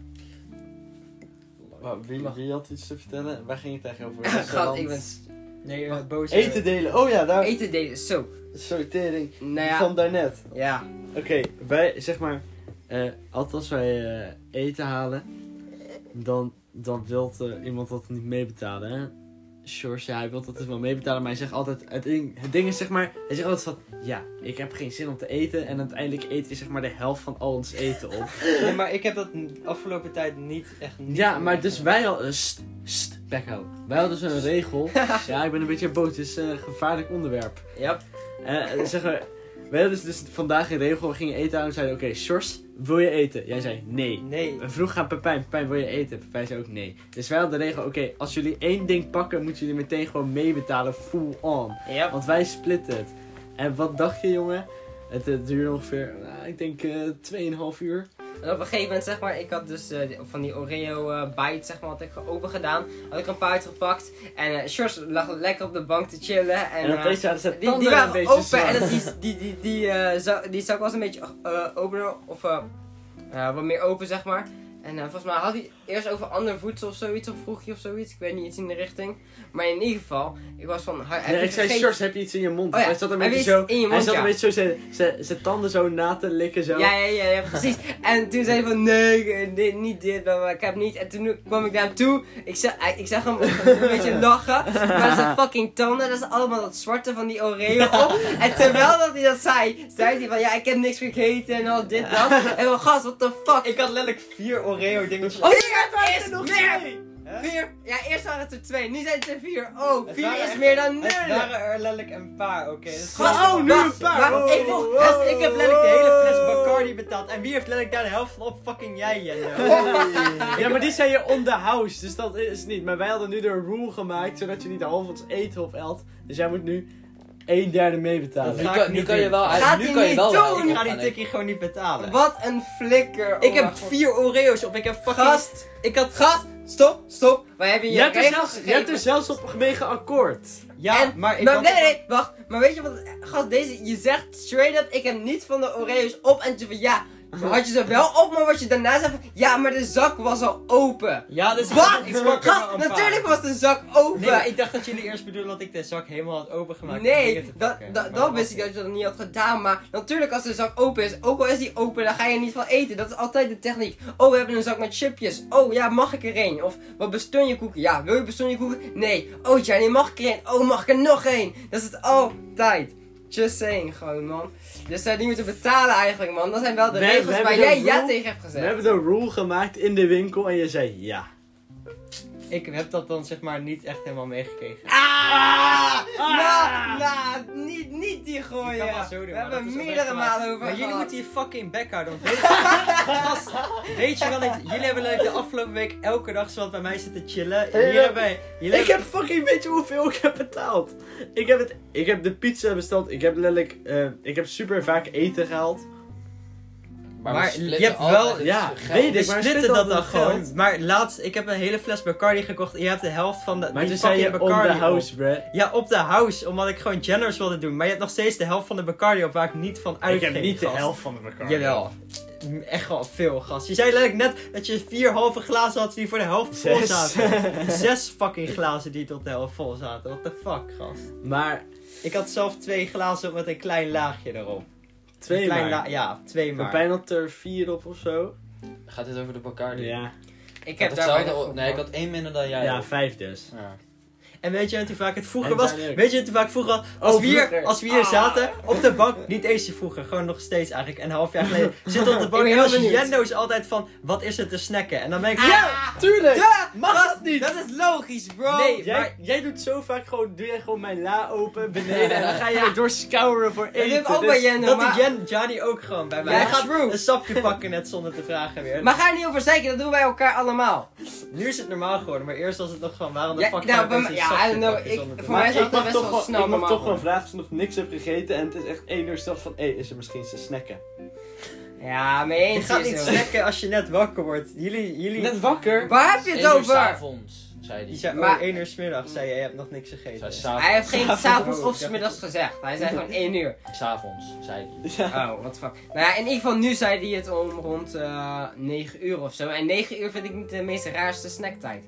Maar wie, wie had iets te vertellen? Waar ging het eigenlijk over?
Gast, ik ben...
Nee, eh, boos. eh,
Eten delen. Oh ja, daar.
Eten deden, zo.
Sortering.
Nou ja,
Van daarnet.
ja.
Oké, wij zeg maar, eh altijd als wij eh, eten halen, dan, dan wil eh, iemand dat niet meebetalen. Hè? George, ja, hij wil dat dus wel meebetalen, maar hij zegt altijd, het ding, het ding is zeg maar, hij zegt altijd van, ja, ik heb geen zin om te eten. En uiteindelijk eet hij zeg maar de helft van al ons eten op.
nee, maar ik heb dat de afgelopen tijd niet echt niet
ja,
meer
maar dus
gedaan.
wij al, eh, st, st, bek houden. Wij hadden zo'n regel, ja, ik ben een beetje boos, het is eh, een gevaarlijk onderwerp.
Yep.
Eh, eh, zeg maar, we hadden dus, dus vandaag in regel, we gingen eten aan en we zeiden, oké, Sjors, wil je eten? Jij zei, nee.
Nee.
We vroegen aan Pepijn, Pepijn wil je eten? Pepijn zei ook nee. Dus wij hadden de regel, oké, als jullie één ding pakken, moeten jullie meteen gewoon meebetalen, full on.
Yep.
Want wij splitten het. En wat dacht je, jongen? Het, eh, duurde ongeveer, nou, ik denk, eh 2,5 uur.
En op een gegeven moment, zeg maar, ik had dus eh, die- van die Oreo eh bite, zeg maar, had ik open gedaan. Had ik er een paar uitgepakt. En eh Sjors lag lekker op de bank te chillen. En,
En,
eh,
opeens zaten ze
die, die
tanden een
waren
beetje
open
zwart.
en dat, die, die, die, die, eh, zak, die zak was een beetje eh, opener of eh, eh, wat meer open, zeg maar. En eh, volgens mij had hij eerst over ander voedsel of zoiets, of vroeg je of zoiets. Ik weet niet, iets in de richting. Maar in ieder geval, ik was van... "Hij- heb
Nee,
je
ik zei,
gegeten?"
Sjors, heb je iets in je mond?
Oh ja,
Hij zat een
hij
beetje
wist
zo,
in je
hij
mond,
zat een
ja.
beetje zo zijn- zijn zijn tanden zo na te likken zo.
Ja, ja, ja, ja, precies. En toen zei hij van, nee, eh, dit, niet dit, maar, maar ik heb niet. En toen kwam ik naar hem toe. Ik zag, hij- ik zag hem een beetje lachen. Maar zijn fucking tanden, dat is allemaal dat zwarte van die Oreo op. En terwijl dat hij dat zei, zei hij van, ja, ik heb niks gegeten en al dit, dat. En van, gast, what the fuck.
Ik had letterlijk vier Oreo dingetjes.
Oh, hier is meer!
Hè?
Vier! Ja, eerst waren het er twee, nu zijn het er vier. Oh,
Het
vier
waren
is
echt-
meer dan nul!
Het waren er letterlijk een paar, oké. dat is-
Gast,
Oh, nu een
wacht,
paar.
wacht, ik,
Oh,
wil-
Gast, ik heb letterlijk de hele fles Bacardi betaald. En wie heeft letterlijk daar de helft van op? Fucking jij, Jelle.
Ja, maar die zei je on the house, dus dat is het niet. Maar wij hadden nu de rule gemaakt, zodat je niet de half van het eten opelt. Dus jij moet nu een derde meebetalen.
Nu
Ga ik
kan, nu
niet
kan je
doen.
wel
Gaat
uit. Nu
hij
kan je
niet
wel
doen?
uit-
Ik ga die tikkie gewoon niet betalen.
Wat een flikker.
Ik
oh
heb
mijn god.
vier Oreo's op. Ik heb fucking...
Gast,
Ik had...
gast, stop, stop. Wij hebben je
Je hebt, er
regels
zelfs, je
gegeven.
hebt er zelfs op gemegen akkoord.
Ja,
En-
maar ik
maar
had...
Nou, nee, nee, wacht. Maar weet je wat, gast, deze, je zegt straight up, ik heb niet van de Oreo's op. En toen van ja, had je ze wel op, maar wat je daarna zei van, ja, maar de zak was al open.
Ja, dus
Wat?
ik sprak er maar
Gast,
een paar.
natuurlijk was de zak
Nee,
open.
maar ik dacht dat jullie eerst bedoelden dat ik de zak helemaal had opengemaakt. om dingen
Nee,
te
dat,
pakken.
dat,
Maar
dat wist ik dat je dat niet had gedaan. Maar natuurlijk, als de zak open is, ook al is die open, dan ga je er niet van eten. Dat is altijd de techniek. Oh, we hebben een zak met chipjes. Oh ja, mag ik er een? Of wat bestun je koeken? Ja, wil je bestun je koeken? Nee. Oh, Johnny, mag ik er een? Oh, mag ik er nog een? Dat is het altijd. Just saying, gewoon man. Dus daar niet meer te betalen eigenlijk, man. Dat zijn wel de
Nee, we
regels
hebben
waar
de
jij ja
rule.
tegen hebt
We
gezegd.
hebben een rule gemaakt in de winkel en je zei ja.
Ik heb dat dan zeg maar niet echt helemaal meegekregen.
Ah! Nou, nou, niet, niet die gooien.
kan wel zo doen,
We
maar
hebben
dat is
meerdere
oprecht waar.
malen over
Maar
gehad.
jullie moeten je fucking bek houden. want Weet, Gast, weet je wel dat jullie hebben like, de afgelopen week elke dag zo wat bij mij zitten chillen. En
Ja.
Jullie hebben, jullie
Ik heb fucking weet je hoeveel ik heb betaald. Ik heb, het, ik heb de pizza besteld. Ik heb letterlijk. eh, ik heb super vaak eten gehaald.
Maar,
Maar
we
je
splitten
hebt
altijd
wel-
het
ja,
geld.
weet ik.
we
maar
splitten
split
Dus dat
dat
dan
met geld.
gewoon. Maar laatst, ik heb een hele fles Bacardi gekocht en je hebt de helft van de,
Maar
die
toen zei je
fucking
on the
Bacardi op.
house, bruh.
Ja, op de house, omdat ik gewoon generous wilde doen. Maar je hebt nog steeds de helft van de Bacardi op waar ik niet van
Ik
uitging.
heb niet de
gast.
helft van de Bacardi.
Jawel. M- Echt wel veel, gast. Je zei letterlijk net dat je vier halve glazen had die voor de helft vol
Zes.
zaten. Zes fucking glazen die tot de helft vol zaten. What the fuck, gast.
maar
Ik had zelf twee glazen met een klein laagje erop.
twee
klein
maar.
la- Ja, twee
Ik ben
maar.
bijna er vier op of zo.
Gaat dit over de Bacardi?
Ik
Ik
heb
had
daar
hetzelfde
weinig
op-
op
Nee, ik had één minder dan
Ja,
jij. op.
vijf dus.
Ja.
En weet je wat hoe vaak het vroeger
En
was?
zijn er-
Weet je hoe vaak vroeger was? Als,
Oh,
we hier,
vroeger.
als we hier zaten, op de bank, niet eens vroeger, gewoon nog steeds eigenlijk, een half jaar geleden, zit op de bank
ben
en
heel
was
benieuwd.
Jendo's altijd van, wat is er te snacken? En dan ben ik,
Ah,
ja,
Tuurlijk!
Ja,
Mag
dat,
het niet!
Dat is logisch, bro.
Nee,
Jij,
maar-
jij doet zo vaak gewoon, doe jij gewoon mijn la open beneden en dan ga jij doorschouren voor
dat
eten.
doe ik ook bij
dus-
Jendo,
dat
maar...
die Jen, Johnny ook gewoon bij mij.
Ja,
Hij gaat
true.
een sapje pakken net zonder te vragen weer.
Maar ga er niet over zeiken, dat doen wij elkaar allemaal.
nu is het normaal geworden, maar eerst was het nog van, waarom de
Ja,
fuck
nou,
gaat
bij
deze
mij-
een
ja, I
sapje
don't know,
pakken
ik-
zonder te
voor mij
vragen?
Maar
is dat
ik mag
best
toch
wel
gewoon-
snel
ik mag
normaal
toch gewoon vragen of ze nog niks hebben gegeten en het is echt één uur s'nachts van, hé, is er misschien te snacken?
Ja, mee
Je
eens
gaat niet
is het.
snacken als je net wakker wordt. Jullie, jullie...
Net wakker!
Waar heb je
Eén
het
uur
over?
s'avonds, zei
Die
hij.
zei,
Maar-
oh, één uur smiddag, zei je, je hebt nog niks gegeten.
Zij
Hij
s'avonds,
heeft geen s'avonds of 's middags gezegd. Hij zei gewoon 1 uur.
s'avonds, zei hij.
Ja.
Oh, what the fuck. Nou ja, in ieder geval nu zei hij het om rond eh 9 uur of zo. En 9 uur vind ik niet de meest raarste snacktijd.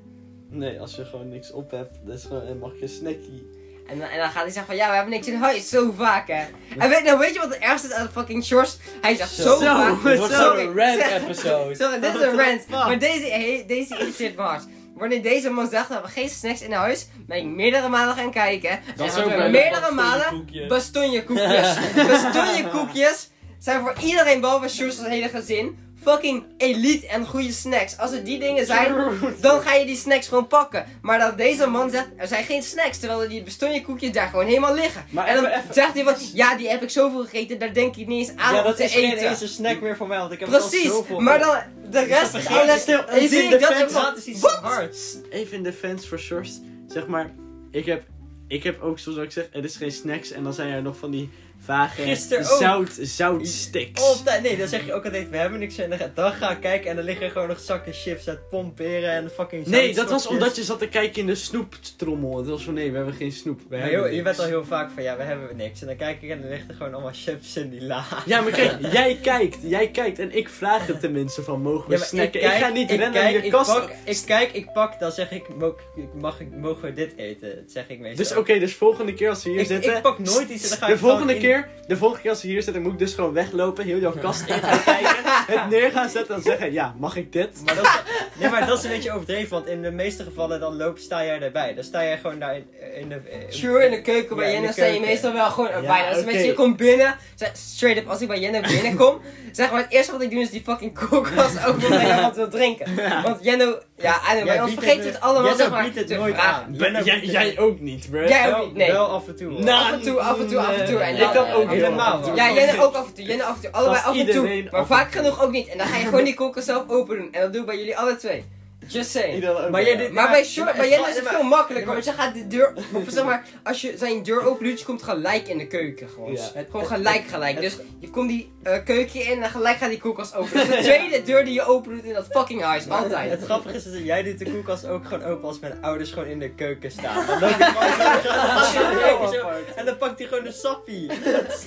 Nee, als je gewoon niks op hebt, dat is gewoon, en mag je een snackie.
En, dan- en dan gaat hij zeggen van, ja, we hebben niks in huis. Zo vaak, hè. En weet, nou, weet je wat het ergste is aan fucking shorts? Hij zegt zo,
Zo,
vaak.
het
wordt
zo-
zo'n rant
Zeg-
episode.
Zo, dit is een rant. Maar deze, he- deze irriteert me hard. Wanneer deze man zegt, we hebben geen snacks in huis, ben ik meerdere malen gaan kijken.
Dat
en
is
hadden
ook
we
bij
meerdere malen
koekje.
bastonjekoekjes. bastonjekoekjes zijn voor iedereen, behalve Sjoerd het hele gezin, fucking elite en goede snacks. Als het die dingen zijn, dan ga je die snacks gewoon pakken. Maar dat deze man zegt, er zijn geen snacks, terwijl die bastonjekoekjes daar gewoon helemaal liggen.
Maar
en dan
even- even-
zegt hij wat, ja, die heb ik zoveel gegeten, daar denk ik niet eens aan
ja,
om
dat
te
is
eten.
geen eens een snack meer voor mij, want ik heb al
Precies,
zoveel.
maar dan de rest
dat
is
Oh,
begrijp
alles.
ik stil.
En zie
Die
ik dat
defense
en van,
gaat is iets
wat?
hards.
Even in defense for shorts, zeg maar, ik heb, ik heb ook, zoals ik zeg, er is geen snacks en dan zijn er nog van die vage
Gisteren ook.
zout, zoutsticks.
Op tijd. Nee, dan zeg je ook altijd, we hebben niks in de Dan ga ik kijken en er liggen gewoon nog zakken chips uit pomperen en fucking
Nee, dat was omdat je zat te kijken in de snoeptrommel. Het was van nee, we hebben geen snoep. We hebben
je
niks.
bent al heel vaak van, ja, we hebben niks. En dan kijk ik en er ligt er gewoon allemaal chips in die la.
Ja, maar kijk, jij kijkt. Jij kijkt en ik vraag het tenminste van mogen we snacken. Ik, ga niet rennen naar je
ik
kast.
Pak, ik kijk, ik pak, dan zeg ik, mo- mag ik, mogen we dit eten? Dat zeg ik meestal.
Dus oké, dus volgende keer als we hier
Ik-
zitten.
ik pak nooit iets en dan ga
de
ik gewoon
volgende
in-
keer, De volgende keer als we hier zitten, moet ik dus gewoon weglopen, heel jouw kast in gaan kijken, het neer gaan zetten en zeggen: Ja, mag ik dit?
Maar dat, is- nee, maar dat is een beetje overdreven, want in de meeste gevallen dan loop, sta jij erbij. Dan sta jij gewoon daar in, in de... in-
Sure, in de keuken bij
Ja, in
Jenna
de
sta je
keuken.
meestal wel gewoon
Ja,
erbij. Als een
oké.
mensen je komt binnen, zeg, straight up, als ik bij Jenna binnenkom, zeg maar het eerste wat ik doe is die fucking koelkast open en jij wat wil drinken. Want Jenno, ja, I don't know, bij ons
biedt
vergeet
het-
het allemaal
Jenno
zeg maar
biedt het
te
nooit
vragen.
aan.
Ben-
Jenno
jij,
biedt het
jij
niet.
ook niet, bro.
Jij ook
Wel,
niet, nee.
wel af en toe. hoor.
Nou,
af en toe, af en toe, af en toe. En
ik
dan-
kan ook
af en toe.
helemaal.
Ja,
Ja, Jenna ook af en toe, Jenna af en toe, allebei
Als
af en toe.
iedereen
Maar
af en
vaak
toe.
genoeg ook niet. En dan ga je gewoon die koelkast zelf open doen. En dat doe ik bij jullie alle twee. Just saying.
Iedereen ook
Maar jij
wel, ja.
dit-
Maar
Ja,
bij short,
maar-
bij Jelle is het
maar-
veel makkelijker, want je gaat de deur, of zeg maar, als je zijn deur open doet, je komt gelijk in de keuken gewoon.
Ja.
Het Gewoon gelijk gelijk. Dus je komt die eh, keuken in en gelijk gaat die koelkast open. Dat is de tweede deur die je open doet in dat fucking huis,
Het
altijd.
grappige is dat jij doet de koelkast ook gewoon open als mijn ouders gewoon in de keuken staan. Dan loop ik gewoon zo- dan zit ik ook zo- En dan pakt hij gewoon een sappie.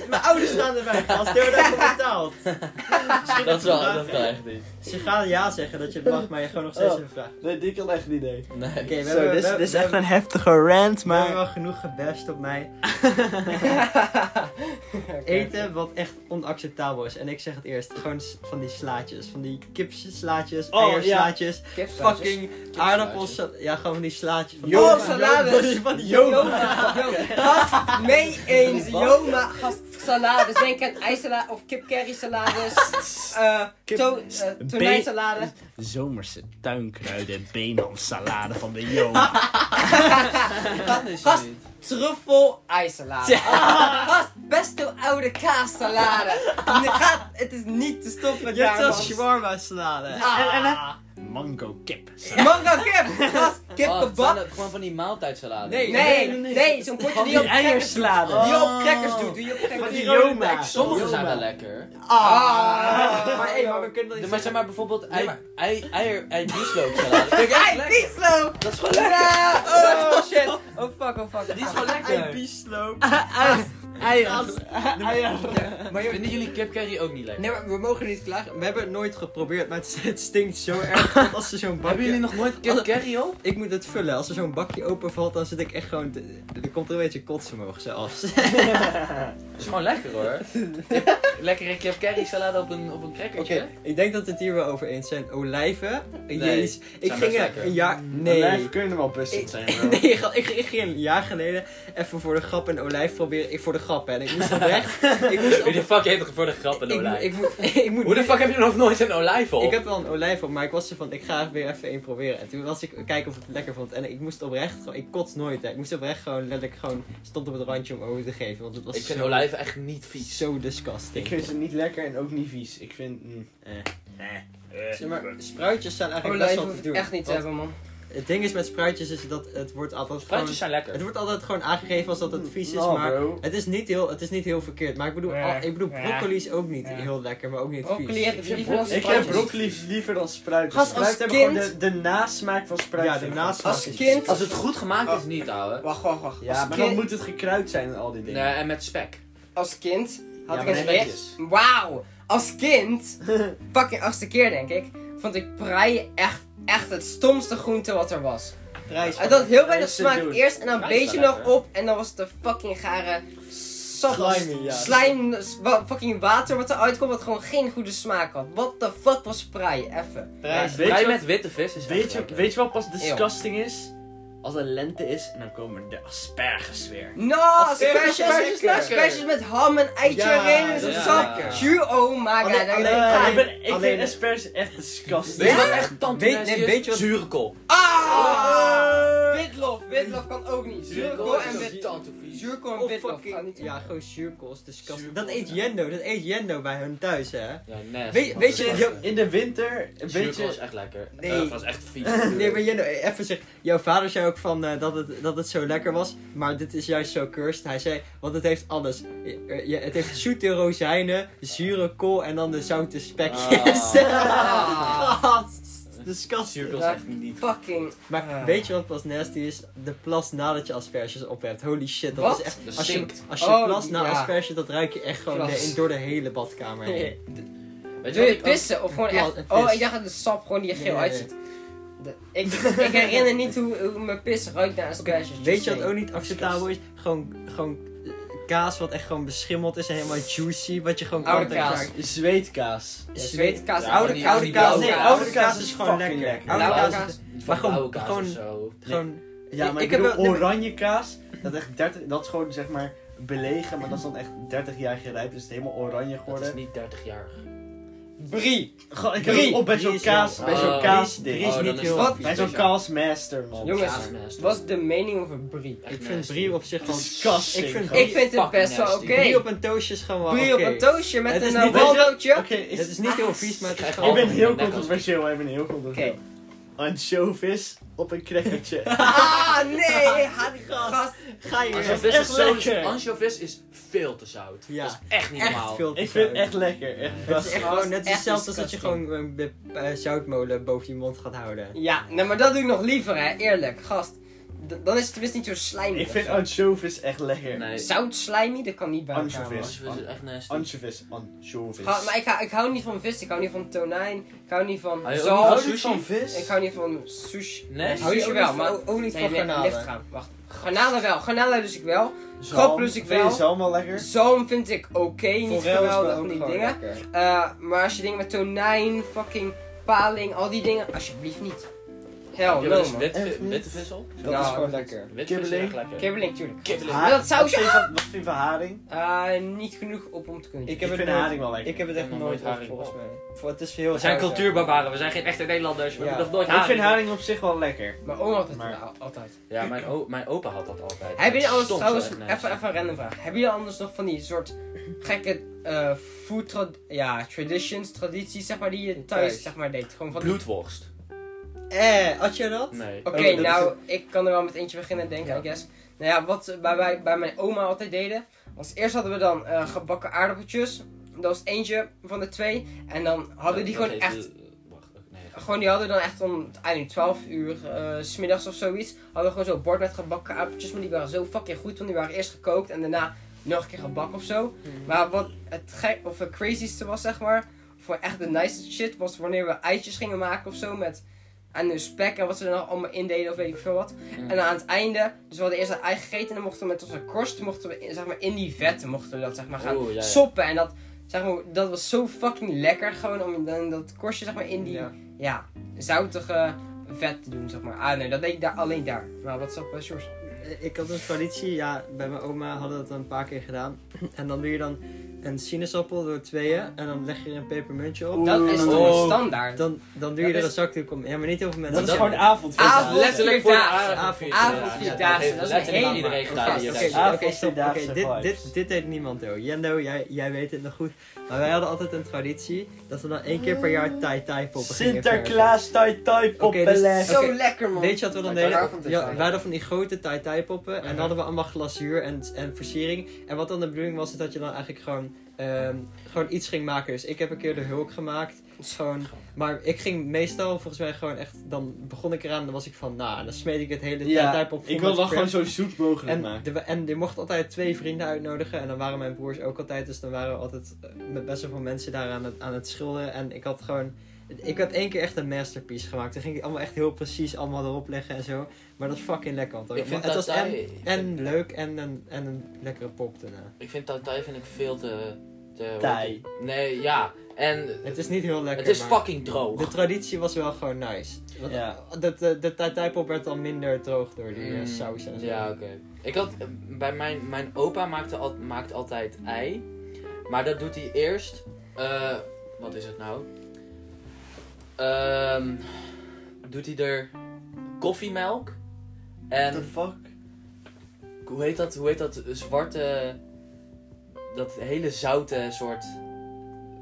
Mijn ouders staan erbij, gast. Die hebben daarvoor betaald. Misschien
Dat, is wel,
vraag-
dat kan echt niet.
Ze gaan ja zeggen dat je het mag, maar je gewoon nog steeds
Oh.
een vraag.
Nee, die kan echt niet, nee.
Nee.
Oké, we
Zo,
hebben-
dit is-
we-
dit is
we
echt
hebben-
een heftige rant,
We hebben
maar...
wel genoeg gebest op mij. Eten wat echt onacceptabel is. En ik zeg het eerst. Gewoon s- van die slaatjes. Van die kipslaatjes,
Oh, ja.
eierslaatjes,
Fucking.
fucking aardappels. Ja, gewoon van die slaatjes. Van
Yo,
die-
salades.
Van die yoga.
Joma. Gast, mee eens. Joma. Gast, salades. Denk aan ijssalade of kip curry salades. Eh
Kip-
to eh, tonijnsalade.
Zomerse tuinkruiden, benamsalade van de Joma.
Dat is
Gast,
niet.
truffel ijssalade. Gast, beste oude kaassalade. En het gaat- Het is niet te stoppen
Je
daar,
hebt zelfs
man.
shawarma salade.
Ah.
En, en, en,
Mango kip.
Manga kip. Gast, kip
Oh, het
kebab.
zijn ook gewoon van die maaltijdsalade.
Nee, nee, nee. Zo'n potje die je op crackers doet.
eiersladen.
Die je op crackers doet. Die Ah. je op
van
crackers
die
doet.
Joma.
Sommige zijn
Joma.
wel lekker.
Ah.
Maar, hey, maar we kunnen dat
De-
niet
maar zeg maar bijvoorbeeld ei,
Nee,
ei, eier, ei, biesloopsalade. Vind ik echt
Hey,
lekker.
Pieslo!
Dat is gewoon lekker.
Ja, oh shit! Oh fuck, oh fuck.
Die is gewoon
zeggen.
lekker.
Biesloop.
Maar vinden jullie kipcurry ook niet lekker?
Nee, maar we mogen niet klagen. We hebben het nooit geprobeerd, maar het, het stinkt zo erg. Want als er zo'n
Hebben jullie
bakje...
nog nooit kipcurry op?
Ik moet het vullen. Als er zo'n bakje openvalt, dan zit ik echt gewoon... te- Er komt er een beetje kotsvermogen zelfs.
Dat is gewoon lekker hoor. Lekkere kipcurry salade op een, op een crackertje.
Oké, ik denk dat we het hier wel over eens zijn. Olijven. Jezus. Ik
zijn
ging
best
er
lekker.
een jaar...
Nee.
Nee.
kunnen wel best zijn,
Nee, ik, ga- ik, ik ging een jaar geleden even voor de grap een olijf proberen. Ik voor de grap, hè. En ik moest dan weg. ik moest
Wie
op...
de fuck heeft er voor de grap een
Ik, moet-
olijf?
ik moet... Ik moet
Hoe de fuck heb je nog nooit een olijf op?
Ik heb wel een olijf op, maar ik was er van, ik ga weer even één proberen. En toen was ik kijken of ik het lekker vond. En ik moest oprecht gewoon, ik kots nooit hè. Ik moest oprecht gewoon letterlijk gewoon, stond op het randje om over te geven. Want het was
Ik vind
zo,
olijven echt niet vies.
zo disgusting.
Ik vind ze niet lekker en ook niet vies. Ik vind... mm, eh.
Zeg maar, spruitjes zijn
Oh,
eigenlijk
lijf
best wel
hoef
te
ik
doen.
echt niet te
Want
hebben, man.
Het ding is met spruitjes is dat het wordt altijd
Fruitjes
gewoon...
zijn lekker.
Het wordt altijd gewoon aangegeven als dat het vies is,
Oh,
Nou,
maar...
bro.
Het is, niet heel, het is niet heel verkeerd, maar ik bedoel,
Ja.
al- ik bedoel
Ja.
broccoli is ook niet
Ja.
heel lekker, maar ook niet
Broccoli
vies.
heb ik
vind
liever dan
broccoli-
Ik heb
spruitjes.
broccoli liever dan spruitjes.
Gast, als
Spruiten hebben
kind-
gewoon de, de nasmaak van spruitjes.
Ja, de nasmaak
Als kind-
Als het goed gemaakt is, niet ouwe.
Wacht, wacht, wacht.
Ja,
als,
maar dan
kind,
moet het gekruid zijn en al die
Nee,
dingen.
en met spek.
als kind had
Ja,
ik
maar
een
nee,
recht. Wauw! Als kind, fucking achtste keer denk ik, vond ik prei echt, echt het stomste groente wat er was.
Prijs.
Het had heel weinig
is te
smaak
doen.
eerst en dan
Prei
beet
is
je
wel
nog
lekker.
op en dan was het de fucking gare sap-
Slimy, ja.
slijm, wa- fucking water wat eruit kwam wat gewoon geen goede smaak had. What the fuck was prei? Even.
Prijs. Weet
Vrij
je wat-
met witte vis is
Weet
echt
je,
lekker.
weet je wat pas disgusting is? Als het lente is en dan komen de asperges weer.
No,
asperges
asperges,
is lekker.
asperges met ham en eitje
Ja,
erin en zo'n
ja.
sap. Ju- oh my god.
Alleen-
daar-
alleen-
daar-
ik ben, ik
Alleen-
vind asperges echt disgusting.
Weet je wat echt
Weet-
tandem
nee, weet
is?
je wat-
Zure kool.
Oh,
Ah! Witlof, witlof kan ook niet. Zuurkool en
wit
witlof. Zuurkool en
Of
witlof
fucking-
gaan niet.
ja, gewoon zuurkool is disgusting.
Zuurkool,
dat eet
ja.
Jendo, dat eet Jendo bij hun thuis, hè?
Ja, nasty.
Weet, weet je,
Yo, in de winter, weet
Zuurkool is
je...
echt lekker.
Nee.
Nee. dat was echt vies.
nee, maar Jendo, even zeg, jouw vader zei ook van eh, dat, het, dat het zo lekker was, maar dit is juist zo cursed. Hij zei, want het heeft alles. Je- eh, je- het heeft zoete rozijnen, zure kool en dan de zoute spekjes.
Ah.
Gast, disgusting.
Zuurkool is echt niet.
Fucking.
Maar
Ah.
weet je wat pas nasty is? De plas nadat je asperges op hebt. Holy shit, dat
Wat?
is echt...
Dat
Als je,
stinkt.
als je
Oh,
plas na
ja.
asperges, dat ruik je echt gewoon
Plas.
de- in- door de hele badkamer heen.
Weet je
Wil
wat
je
ik ook-
pissen of gewoon
Ja,
echt.
het
Oh,
is.
ik dacht dat de sap gewoon die er geel
Nee.
uitziet. De- Ik, ik herinner niet hoe, hoe mijn pis ruikt naar asperges.
dus
Weet je wat ook niet acceptabel is? Gewoon, gewoon eh, kaas wat echt gewoon beschimmeld is en helemaal juicy. Wat je gewoon kan
Oude kaas.
gebruiken.
Zweetkaas.
Ja, zweetkaas,
Ja,
oude
van die-
kaas,
van die
kaas,
blauwe
nee,
kaas.
oude
kaas is fucking lekker.
Oude
Blauwe
kaas,
kaas.
is-
Van
gewoon-
blauwe kaas
gewoon-
of zo.
gewoon...
Ja, maar
ik
ik,
heb
heb
wel-
oranje kaas. Dat, echt 30, dat is gewoon zeg maar belegen, maar dat is dan echt 30 jaar gerijpt. Dus het is helemaal oranje
Dat is
geworden.
niet 30 jaar.
Brie.
Gewoon, ik heb
Brie.
het op bij
Brie
zo'n
is wel-
kaas, bij
Oh.
zo'n
Brie
kaasding.
Brie is
Oh,
niet
dan
heel-
dat
Bij
vies,
zo'n
ja.
kaasmaster, man.
Jongens,
Kaasmest.
Wat is de mening over brie?
Echt
Ik vind
nasty.
brie op zich wel...
Disgusting.
Ik vind-
gewoon.
Ik vind het
Fucking
best wel
nasty.
oké.
Brie op een toastje is gewoon wel
Brie op
oké.
een toastje met
Het is
een
niet-
eh,
Weet je-
walnootje.
Oké, is- Ah,
Het is niet heel vies, maar het is
Ik
gewoon...
ik ben
Ik
heel
ben net als-
controversieel, ik ben heel controversieel.
Oké.
anchovies op een crackertje.
Ah, nee, haat die
Gast.
gast.
Ga je weer.
Anchovies is, zo, anchovies is veel te zout.
Ja.
Dat is echt niet
Echt
normaal.
Veel te
ik vind het
zout.
echt lekker. Echt
Het is
fantastisch.
echt gewoon net
Echt
hetzelfde als dat je
disgusting.
gewoon een be- eh, zoutmolen boven je mond gaat houden.
Ja, nee, maar dat doe ik nog liever, hè, eerlijk, gast. D- dan is het tenminste niet zo slijmig.
Ik
of
vind
zo.
anchovies echt lekker.
Nee.
Zout slijmie, dat kan niet bij elkaar,
Anchovies.
man.
Anchovies is Dus echt nasty.
Anchovies, anchovies.
Ga- maar ik, hou- ik hou niet van vis, ik hou niet van tonijn, ik hou niet van
Hou je ook
zalm,
niet
Hou
van
je van vis?
ik hou niet van sushi.
Nee?
Hou je
Ook
wel,
niet-
maar-
ook- Ook niet
Nee,
van
nee, licht
garnalen.
gaan, wacht. Garnalen wel, garnalen dus ik wel.
Zalm.
Grap plus ik
Vind je
wel.
zalm wel
Hm?
lekker?
Zalm vind ik oké, niet
Forel is wel
geweldig,
ook
niet
gewoon
dingen.
lekker.
Eh, maar als je dingen met tonijn, fucking paling, al die dingen, alsjeblieft niet. Hell
Heb je wel
no,
eens
man.
wit-
Echt niet.
witte vis op?
Dat
Nou,
is gewoon
dat-
lekker.
Wit vis is
Kibbeling.
echt lekker.
Kibbeling, tuurlijk.
Kibbeling.
Haar-
Dat zou
wat
je-
vind van- Wat vind je van haring?
Eh, niet genoeg op om te kunnen.
Ik
Ik
heb het
vind
nooit.
haring wel lekker.
Ik heb het echt
Ik heb nog
nooit
nooit
op,
haring
volgens
gehad.
mij. Voor- Het is heel
We zijn
zout,
cultuurbarbaren, we zijn geen echte Nederlanders. We
Ja.
hebben nog nooit
Ik vind
haring.
haring op zich wel lekker.
Mijn oma had het
Maar-
al- altijd.
Ja, mijn, o- mijn opa had dat altijd.
Hebben jullie
Dat
anders
stond
trouwens,
zo echt
even,
nasty.
even een random vraag. Hebben jullie anders nog van die soort gekke eh, food trad- ja, traditions, tradities, zeg maar, die je thuis,
Thuis.
zeg maar, deed? Gewoon van die-
Bloedworst.
hè. Eh, had je dat?
Nee.
Oké,
Oh, dat
nou, ik kan er wel met eentje beginnen, denk ik,
Ja.
I guess. Nou ja, wat bij, bij, bij mijn oma altijd deden. Als eerst hadden we dan eh, gebakken aardappeltjes. Dat was eentje van de twee. En dan hadden die
Dat dus
gewoon
heeft-
echt
Wacht, oké, nee.
Gewoon, die hadden dan echt om I don't know, 12 uur eh, s smiddags of zoiets. Hadden gewoon zo'n bord met gebakken aardappeltjes. Maar die waren zo fucking goed, want die waren eerst gekookt en daarna nog een keer gebakken of zo.
Hmm.
Maar wat het gek of het crazieste was, zeg maar, voor echt de niceste shit, was wanneer we eitjes gingen maken of zo met aan de spek en wat ze er nog allemaal in deden of weet ik veel wat.
Mm.
En dan aan het einde, dus we hadden eerst dat ei gegeten en dan mochten we met onze korst, mochten we in- zeg maar in die vetten, mochten we dat zeg maar gaan
Oeh, ja, ja.
soppen. En dat, zeg maar, dat was zo fucking lekker gewoon om dan dat korstje zeg maar in die
Ja.
ja, zoutige eh, vet te doen, zeg maar. Ah nee, dat deed ik daar, alleen daar. Maar wat zat bij Sjors?
Eh, Ik had een traditie, ja, bij mijn oma hadden we dat een paar keer gedaan. En dan doe je dan een sinaasappel door tweeën en dan leg je er een pepermuntje op.
Oeh.
Dat is toch
Oh.
een standaard?
Dan, dan doe je
Dat
er
is-
een zakdoek om. Ja, maar niet heel veel mensen.
Dat is
dat-
gewoon avondvis.
Avond-
Avond-
Letterlijk voor de
avond-
avondvierdaagse, dat is
letterlijk
helemaal-
iedereen
Oké,
gedaan.
Gast,
hier.
oké,
Ja,
oké, stop.
Avondvierdaagse
Oké, dit,
vibes.
dit, dit deed niemand hoor. Jendo, jij, jij weet het nog goed. Maar wij hadden altijd een traditie dat we dan één keer per jaar Thai Thai poppen gingen verven.
Sinterklaas tai tai poppeles.
Oké,
Zo lekker man.
Weet je wat we dan
Thai
deden?
Thai vond ik
Ja,
fijn.
wij hadden dus, van die grote Thai Thai poppen en dan
Mhm.
hadden we allemaal glazuur en, en versiering. En wat dan de bedoeling was, is dat je dan eigenlijk gewoon, ehm, gewoon iets ging maken. Dus ik heb een keer de hulk gemaakt. Gewoon, maar ik ging meestal volgens mij gewoon echt, dan begon ik eraan en dan was ik van, nou, dan smeet ik het hele Thai Thai pop vol
ik wil
met
dat
crap.
gewoon zo zoet mogelijk
En,
maken.
de- en je mocht altijd twee vrienden uitnodigen. En dan waren mijn broers ook altijd. Dus dan waren we altijd eh, met best wel veel mensen daar aan het, aan het schilderen. En ik had gewoon. Ik had één keer echt een masterpiece gemaakt. Toen ging ik allemaal echt heel precies allemaal erop leggen en zo. Maar dat is fucking lekker. Want
Ik vind
het
dat
was en,
Thai-
en leuk en een, en een lekkere pop daarna.
Ik vind dat Thai vind ik veel te... te
Thai.
Nee, ja. En
Het is niet heel lekker.
het is
maar
fucking
De
droog.
traditie was wel gewoon nice. Want
Ja.
De, de, de Thai-pop werd al minder droog door die eh,
Mm,
saus en zo.
Ja, oké. Ik had... eh, Bij mijn, mijn opa maakte al, maakt altijd ei. Maar dat doet hij eerst... eh, wat is het nou? Ehm, doet hij er koffiemelk en
What the fuck?
hoe heet dat? Hoe heet dat? Zwarte. Dat hele zoute soort.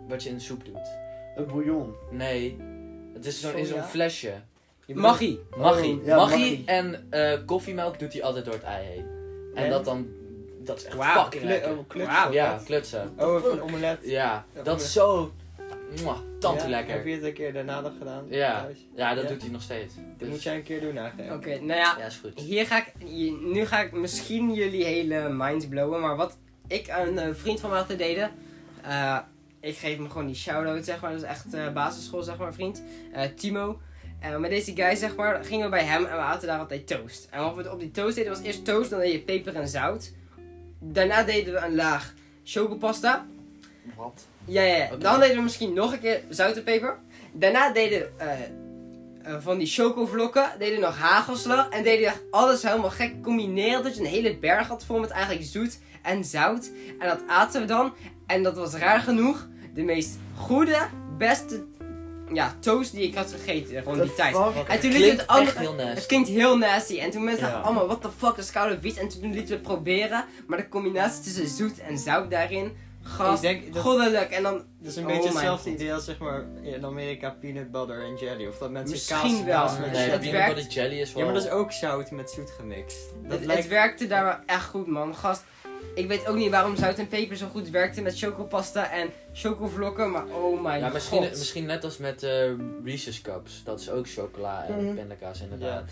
Wat je in soep doet.
Een bouillon.
Nee. Het is zo'n in zo'n
Soja?
flesje.
Je bedoelt-
Maggie.
Maggi.
Oh,
ja,
Maggi
maggi.
en eh, koffiemelk doet hij altijd door het ei heen. En,
En?
dat dan. Dat is echt
Wauw,
fucking
Kle-
lekker.
oh, kluts-
Wauw,
ja, klutsen.
Oh, even een omelet.
Ja,
Ja,
dat is zo. Mwah, tante
Ja, Heb
lekker.
je het een keer daarna nog gedaan?
Ja.
Thuis?
Ja, dat
Ja?
doet hij nog steeds.
Dat
Dus-
moet jij een keer doen eigenlijk.
Oké, nou ja,
Ja, is goed.
Hier ga ik, je- nu ga ik misschien jullie hele mind blowen, maar wat ik aan een eh, vriend van mij altijd deden. eh, ik geef hem gewoon die shout-out, zeg maar. Dat is echt eh, basisschool, zeg maar, vriend. Eh, Timo. En met deze guy, zeg maar, gingen we bij hem en we aten daar altijd toast. En wat we op die toast deden was eerst toast, dan deed je peper en zout. Daarna deden we een laag chocopasta.
Wat?
Ja, ja, ja.
Oké.
Dan deden we misschien nog een keer zout en peper. Daarna deden we eh, eh, van die chocovlokken, deden we nog hagelslag en deden we echt alles helemaal gek combineren. Dat je een hele berg had vol met eigenlijk zoet en zout. En dat aten we dan. En dat was raar genoeg de meest goede, beste ja, toast die ik had gegeten. Gewoon die
The
tijd.
fuck?
En toen liet
Klinkt
het andere...
echt heel
Eh,
nasty.
Het klinkt heel nasty. En toen mensen
Ja.
dachten allemaal, what the fuck, dat is koude wiet. En toen lieten we het proberen. Maar de combinatie tussen zoet en zout daarin, Gast,
Ik denk dat-
goddelijk. En dan
Dat is een
Oh
beetje
mijn
hetzelfde
God.
idee als zeg maar in Amerika peanut butter en jelly. Of dat mensen
Misschien
kaas,
wel,
kaas met
maar
Nee,
dat
jelly.
peanut
werkt-
butter jelly is wel...
Ja, maar dat is ook zout met zoet gemixt. Dat
Het,
lijkt...
het werkte daar wel echt goed, man. Gast, ik weet ook niet waarom zout en peper zo goed werkte met chocopasta en chocovlokken, maar oh my
Ja, misschien,
god.
misschien net als met eh Reese's Cups. Dat is ook chocola en
Mhm.
pindakaas inderdaad.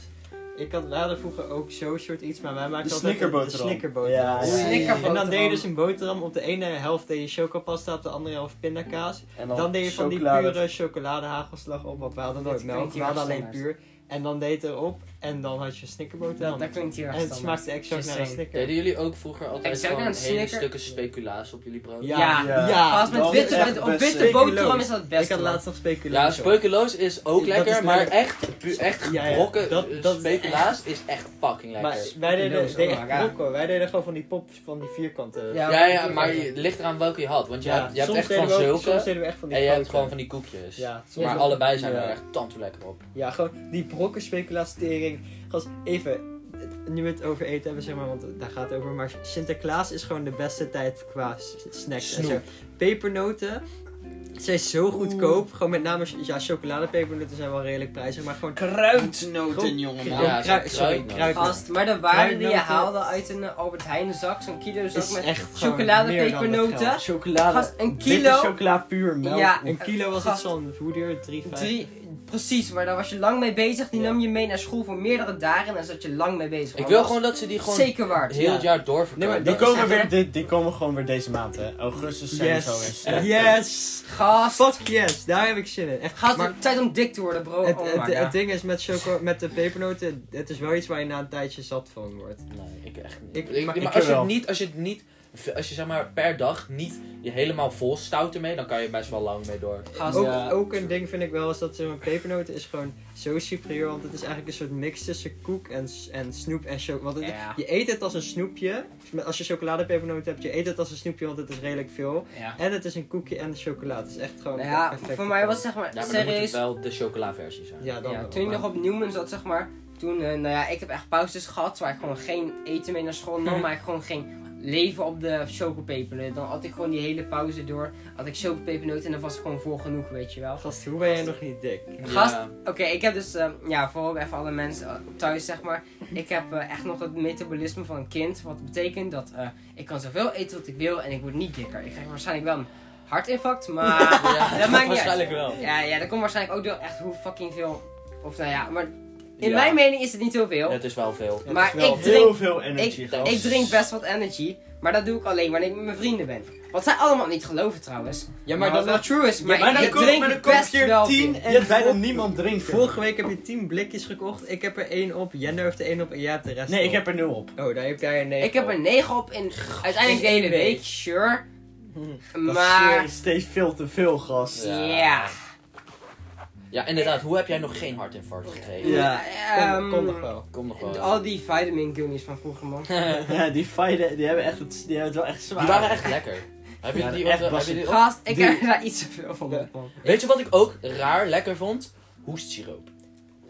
Ik had later vroeger ook zo'n soort iets, maar wij maakten
De
altijd
snickerboterham.
de snickerboterham.
Ja,
ja, ja. Snickerboterham.
En dan deed je dus een boterham. Op de ene helft deed je chocopasta, op de andere helft pindakaas.
En
Dan deed je van die
chocolade.
pure chocoladehagelslag op, want we hadden nooit
Dit klinkt
melk, we
hier
hadden
echt
alleen puur. En dan deed het erop en dan had je snickerboterham.
dat, dat klinkt hier
en
echt
het
standaard.
smaakte exact naar een
Just saying.
snicker.
Deden jullie ook vroeger altijd
Exact,
van
een
hele
snicker-
stukken speculaas op jullie brood?
Ja,
Ja,
ja.
Gast, met
dat is
witte,
echt
met,
het
op
beste.
witte boterham
Speculoos.
is dat het
Ik
beste.
had
man.
laatst nog speculatie.
Ja, speculoos is ook
Dat
lekker,
is
maar
lekker.
echt, pu- echt
Ja, ja,
gebrokken
dat-
eh,
dat-
speculaas is echt fucking lekker.
Maar wij
Speculoos,
deden, deden
oh my God.
echt brok hoor. Wij deden gewoon van die pop van die vierkante.
Ja,
ja, ja, maar je- het ligt eraan welke je had. Want je
Ja,
hebt, je hebt
soms
echt
deden
van
we ook- Soms
zulke
deden we echt van die
en je hebt
grote.
gewoon van die koekjes.
Ja, soms
Maar
ook-
allebei zijn
ja.
er echt tand lekker op.
Ja, gewoon die brokken speculastering. Gast, even, nu we het over eten hebben, zeg maar, want daar gaat het over. Maar Sinterklaas is gewoon de beste tijd qua s- snacks. en zo.
Snoep.
Pepernoten zijn zo goedkoop. Gewoon met name, ja, chocoladepepernoten zijn wel redelijk prijzig, maar gewoon...
Kruidnoten,
Gewoon
jongeman.
kruid-
Ja, zo'n
kruid- sorry,
kruidnoten.
kruidnoten.
Gast, maar de waarde die je
Kruidnoten.
haalde uit een eh, Albert Heijn zak, zo'n kilo zak
Is
met
echt gewoon meer dan het
chocoladepepernoten.
geld.
Chocolade.
Gast, een
Witte
kilo,
chocola puur melk.
Ja.
Een kilo was het
Gast.
zo'n, hoe duur? 3,50?
drie, precies, maar daar was je lang mee bezig. Die
Ja.
nam je mee naar school voor meerdere dagen en daar zat je lang mee bezig.
Ik
man.
wil
Dat
gewoon dat ze die
is
gewoon
Zeker waard.
heel het
Ja.
jaar doorverkopen.
Nee, maar
Die
dat-
komen,
is
weer,
echt-
dit- die komen gewoon weer deze maand, hè. Augustus zijn zo weer
Yes!
sterk.
Yes!
Gast,
Ah, Fuck yes! Daar heb ik zin in. Echt,
Gaat
maar-
het tijd om dik te worden, bro?
Het,
oh
het,
my
het
god.
ding is met, choco, met de pepernoten, het is wel iets waar je na een tijdje zat van wordt.
Nee, ik echt niet.
Ik-
Ik-
maar
maar
ik
als, je
wel.
het niet, als je het niet, als je zeg maar per dag niet je helemaal vol stout ermee, dan kan je best wel lang mee door.
Gast,
Ook,
Ja.
ook een ding vind ik wel is dat zo'n pepernoten is gewoon zo superieur, want het is eigenlijk een soort mix tussen koek en, s- en snoep en chocolade. Want het-
Ja.
je eet het als een snoepje, Met- als je chocoladepepernoten hebt, je eet het als een snoepje, want het is redelijk veel.
Ja.
En het is een koekje en chocolade, het is echt gewoon
Nou ja,
perfect.
voor mij was zeg maar,
Ja, maar dan moet het
serieus.
wel de chocolaversie zijn.
Ja, dan
ja,
wel,
toen ik
maar-
nog op Newman zat, zeg maar. Toen, eh, nou ja, ik heb echt pauzes gehad waar ik gewoon geen eten mee naar school
Hm.
nam. Maar ik gewoon ging leven op de chocopepernoten. Dan had ik gewoon die hele pauze door. Had ik chocopepernoten en dan was ik gewoon vol genoeg, weet je wel.
Gast, hoe ben jij nog niet dik?
Gast, oké, ik heb dus, eh, ja, voor ook even alle mensen eh, thuis, zeg maar. Ik heb eh, echt nog het metabolisme van een kind. Wat betekent dat eh, ik kan zoveel eten wat ik wil en ik word niet dikker. Ik krijg waarschijnlijk wel een hartinfarct, maar
Ja,
dat maakt niet
waarschijnlijk wel.
ja, ja, dat komt waarschijnlijk ook door echt hoe fucking veel... Of nou ja, maar in
Ja.
mijn mening is het niet heel veel.
Het is wel veel.
Het
Maar
is wel
ik
veel.
Heel veel energie,
Ik,
gast.
ik drink best wat energy, maar dat doe ik alleen wanneer ik met mijn vrienden ben. Wat zij allemaal niet geloven trouwens.
Ja, maar
wat
dan
wel true is, maar,
maar
ik,
dan
ik
kom-
drink
maar dan kom ik
best
hier
wel
10
veel.
en
Je hebt bijna
bijna niemand drinken.
Vorige week heb je 10 blikjes gekocht, ik heb er één op, Jenno heeft er één op en jij hebt de rest
Nee, ik
op.
heb er nul op.
Oh, daar heb jij een negen
Ik heb
op.
er 9 op in uiteindelijk de hele
In één
week, sure.
Hm,
Dat
Maar
is steeds veel te veel, gast.
Ja.
ja.
Ja, inderdaad. Hoe heb jij nog geen hartinfarct gekregen?
Ja.
Kom-
ehm,
Kom nog wel.
Kom nog wel.
Al die vitamin gummies van vroeger, man.
Ja, die fighten, die hebben, echt het, die hebben het wel echt zwaar.
Die waren echt lekker. Heb je
Ja,
die
echt,
ook- heb
Basie.
je die ook-
Gast, ik
Die-
heb daar iets te veel van.
Ja.
man.
Weet je wat ik ook raar lekker vond? Hoestsiroop.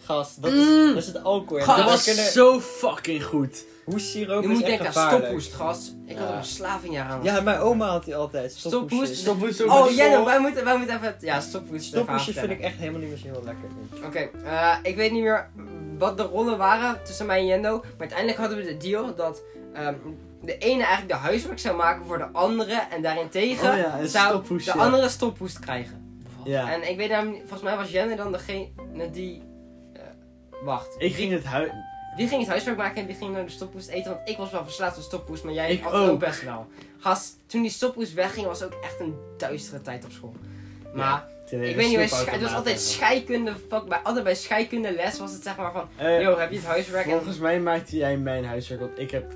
Gast, dat is,
Mm.
dat is het alcohol.
Dat
Gast.
Dat
was
kunnen,
zo fucking goed.
hoessiroop
Je
is
moet
echt
denken aan
gevaarlijk.
stophoest, gast. Ik had
Ja.
er een slavenjaar aan.
Ja, mijn oma had die altijd.
Stophoest.
Stophoestjes.
Stop eens zo
Oh,
met-
Jenno, wij moeten, wij moeten even... het- Ja, stophoest. even
Stophoestjes vind
vertellen.
ik echt helemaal niet meer zo heel lekker.
Oké, eh, ik weet niet meer wat de rollen waren tussen mij en Jendo. Maar uiteindelijk hadden we de deal dat ehm, de ene eigenlijk de huiswerk zou maken voor de andere. En daarentegen
Oh ja, een
zou
stophoest,
de
ja.
andere stophoest krijgen.
Ja.
En ik weet namelijk, niet- volgens mij was Jendo dan degene die... eh, wacht.
Ik ging het huis...
Wie ging het huiswerk maken en wie ging nou de stophoest eten? Want ik was wel verslaafd aan stophoest, maar jij
Ik
had het ook
ook.
best wel. Gast, toen die stophoest wegging was ook echt een duistere tijd op school. Maar... Ik weet niet, bij schei- het was altijd scheikunde, fuck, bij, altijd bij scheikunde les was het zeg maar van,
Eh,
yo, heb je het huiswerk? En,
Volgens mij maakte jij mijn huiswerk, want ik heb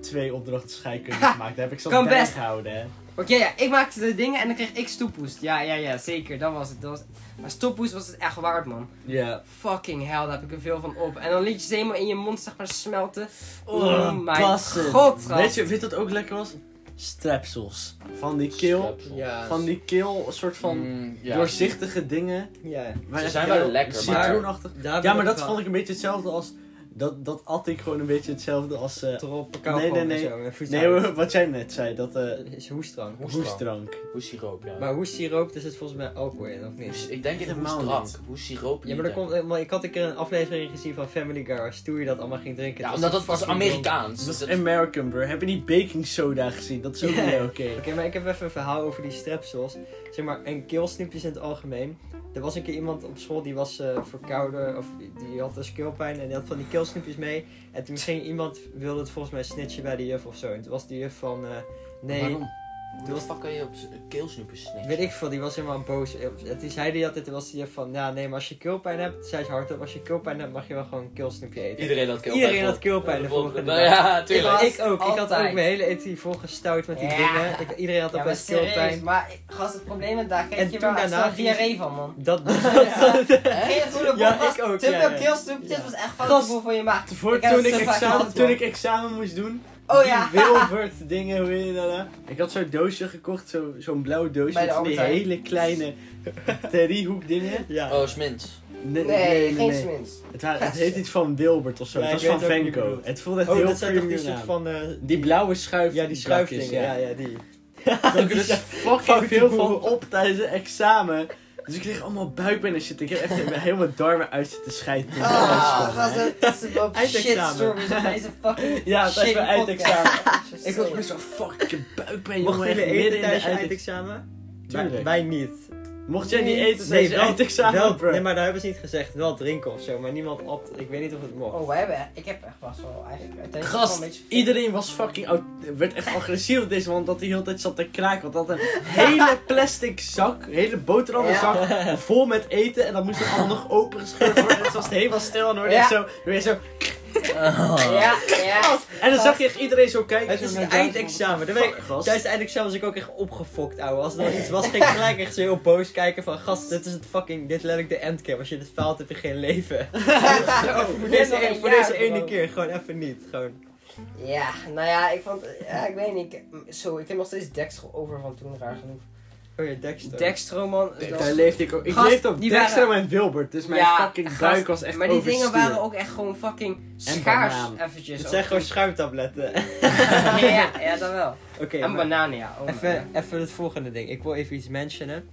twee opdrachten scheikunde gemaakt. Daar heb ik zo
Kan
bij
best.
gehouden, hè.
Oké, ja, ik maakte de dingen en dan kreeg ik stoephoest. Ja, ja, ja, zeker, dat was het. Dat was Maar stoephoest was het echt waard, man.
Ja.
Fucking hell, daar heb ik er veel van op. En dan liet je ze helemaal in je mond zeg maar smelten. Oh, mijn
passen.
god, gast.
Weet je, weet je wat ook lekker was? Strepsels. Van die keel...
Strepsel.
Ja.
Van die keel, soort van
Mm, ja.
doorzichtige dingen.
Ja.
Maar
Ze
echt
zijn wel
heel
lekker, maar-
Citroenachtig. Ja, maar dat vond ik een beetje hetzelfde als Dat, dat at ik gewoon een beetje hetzelfde als... eh,
Trop,
nee,
nee, nee,
nee.
nee. Zo, en
nee, hoor, wat jij net zei, dat eh
is hoestdrank.
Hoestdrank.
hoestdrank.
Hoe siroop, ja.
Maar hoestsiroop, er zit volgens mij alcohol in, of niet?
Hoes- ik denk in
Helemaal
hoestdrank.
niet.
Hoe siroop
Ja, maar er
niet,
komt,
denk ik.
maar ik had een keer een aflevering gezien van Family Guy waar Stewie dat allemaal ging drinken.
Ja,
Het
omdat dat was
fucking
Amerikaans.
Dat is
Dat-
American, bro. Heb je die baking soda gezien? Dat is ook
Ja.
niet oké.
Oké, maar ik heb even een verhaal over die strepsels. Zeg maar, en keelsnipjes in het algemeen. Er was een keer iemand op school die was eh, verkouden, of die- die had dus keelpijn en die had van die keelsnipjes mee. En toen ging iemand, wilde het volgens mij snitchen bij de juf of zo. En toen was die juf van, eh, nee,
Waarom? Hoe de fuck kan je op z- keelsnoepers snikken?
weet ik veel, die was helemaal boos. En toen zei die altijd, toen was die juf van, nou nee, maar als je keelpijn hebt, zei ze hardop, als je keelpijn hebt mag je wel gewoon een keelsnipje eten.
Iedereen had keelpijn.
Iedereen had keelpijn de volgende dag.
Ja,
Ik,
tuurlijk.
ik ook, ik had ook
Altijd.
mijn hele eten volgestouwd met die
Ja.
dingen. Ik, iedereen had
Ja,
opeens
maar
best
serieus,
keelpijn.
maar gast, het probleem is, daar
En
krijg je
toen
wel echt
daarna
zo'n
ging-
diarree van, man.
Dat,
Geen goede
Ja,
podcast,
ik ook,
Te
ja,
veel
ja.
keelsnoepjes was echt fout
Gast,
gevoel voor je maag.
Voor,
Ik heb
toen,
het
ik
zo vaak
examen,
gehad,
toen
man.
ik examen moest doen,
Oh ja.
die Wilbert dingen, hoe heet dat nou? Ik had zo'n doosje gekocht, zo- zo'n blauw doosje
Bij de
met van die
Albert Heijn.
hele kleine driehoek dingen.
ja.
Oh, smint.
Nee,
Nee, geen smins.
Het, wa- het heet iets van Wilbert of zo,
Ja,
het was
ik
van
weet ook wie je
Venko.
bedoelt.
Het voelde echt
Oh,
heel
dat zijn toch die
premium
soort
aan.
van... eh,
Die blauwe schuif.
ja, die schuifdingen. Ja,
brakjes,
ja, die.
ja.
Dan
Daar
kunnen
kunnen
ze
ze fucking
foute
veel van
boeren.
op tijdens een examen. Dus ik kreeg allemaal buikpijn en shit. Ik heb echt mijn- helemaal darmen uit zitten scheiden.
Ah, gast, het is wel
Eindexamen.
shitstorm op deze fucking
Ja, het was
shitty
mijn
podcast.
eindexamen. Ik was
Zo.
best wel fucking buikpijn,
Mochten
jongen. Echt
jullie
midden
eten
in de
tijdens je
eindex-
eindexamen? Wij,
Tuurlijk.
wij niet.
Mocht jij niet
Nee,
eten
nee,
tijdens je
wel-
eindexamen,
Wel,
bro?
nee, maar daar hebben ze niet gezegd. Wel drinken of zo, maar niemand opt. Ik weet niet of het mocht.
Oh, we hebben, ik heb echt best wel eigenlijk... uiteindelijk wel een
Gast,
beetje-
iedereen was fucking oud, werd echt agressief op deze man, dat hij de hele tijd zat te kraken. Want hij had een hele plastic zak, een hele boterhammenzak, vol met eten. En dat moest er allemaal nog opengescheurd worden. En het was helemaal stil en hoorde
Ja.
je zo, hoorde je zo.
Ja, ja.
En dan zag je echt iedereen zo kijken.
Het
zo
is
naar
een
Daan.
eindexamen. Daar ben ik-
Fuck, gast.
Tijdens het eindexamen was ik ook echt opgefokt, ouwe. Als er nog iets was, ging ik gelijk echt zo heel boos kijken van... Gast, dit is het fucking... Dit is letterlijk de endcap. Als je dit faalt, heb je geen leven. voor deze, e-
Nog een
voor
jaar,
deze ene
bro.
keer, gewoon even niet. Gewoon.
Ja, nou ja, ik vond, ja, ik weet niet, ik, zo, ik heb nog steeds Dextro over van toen, raar genoeg.
Oh ja, Dexter.
Dextro, man. dat-
Daar leefde ik ook. Ik
Gast,
leefde op
die
Dexter
waren-
en Wilbert, dus mijn
Ja,
fucking
gast,
buik was echt
Maar die
overstuur.
dingen waren ook echt gewoon fucking schaars,
banaan.
eventjes.
Het zijn gewoon schuimtabletten.
ja, ja, dat wel.
Oké,
en
maar
bananen, ja. oh my
even,
God.
even het volgende ding. Ik wil even iets mentionen.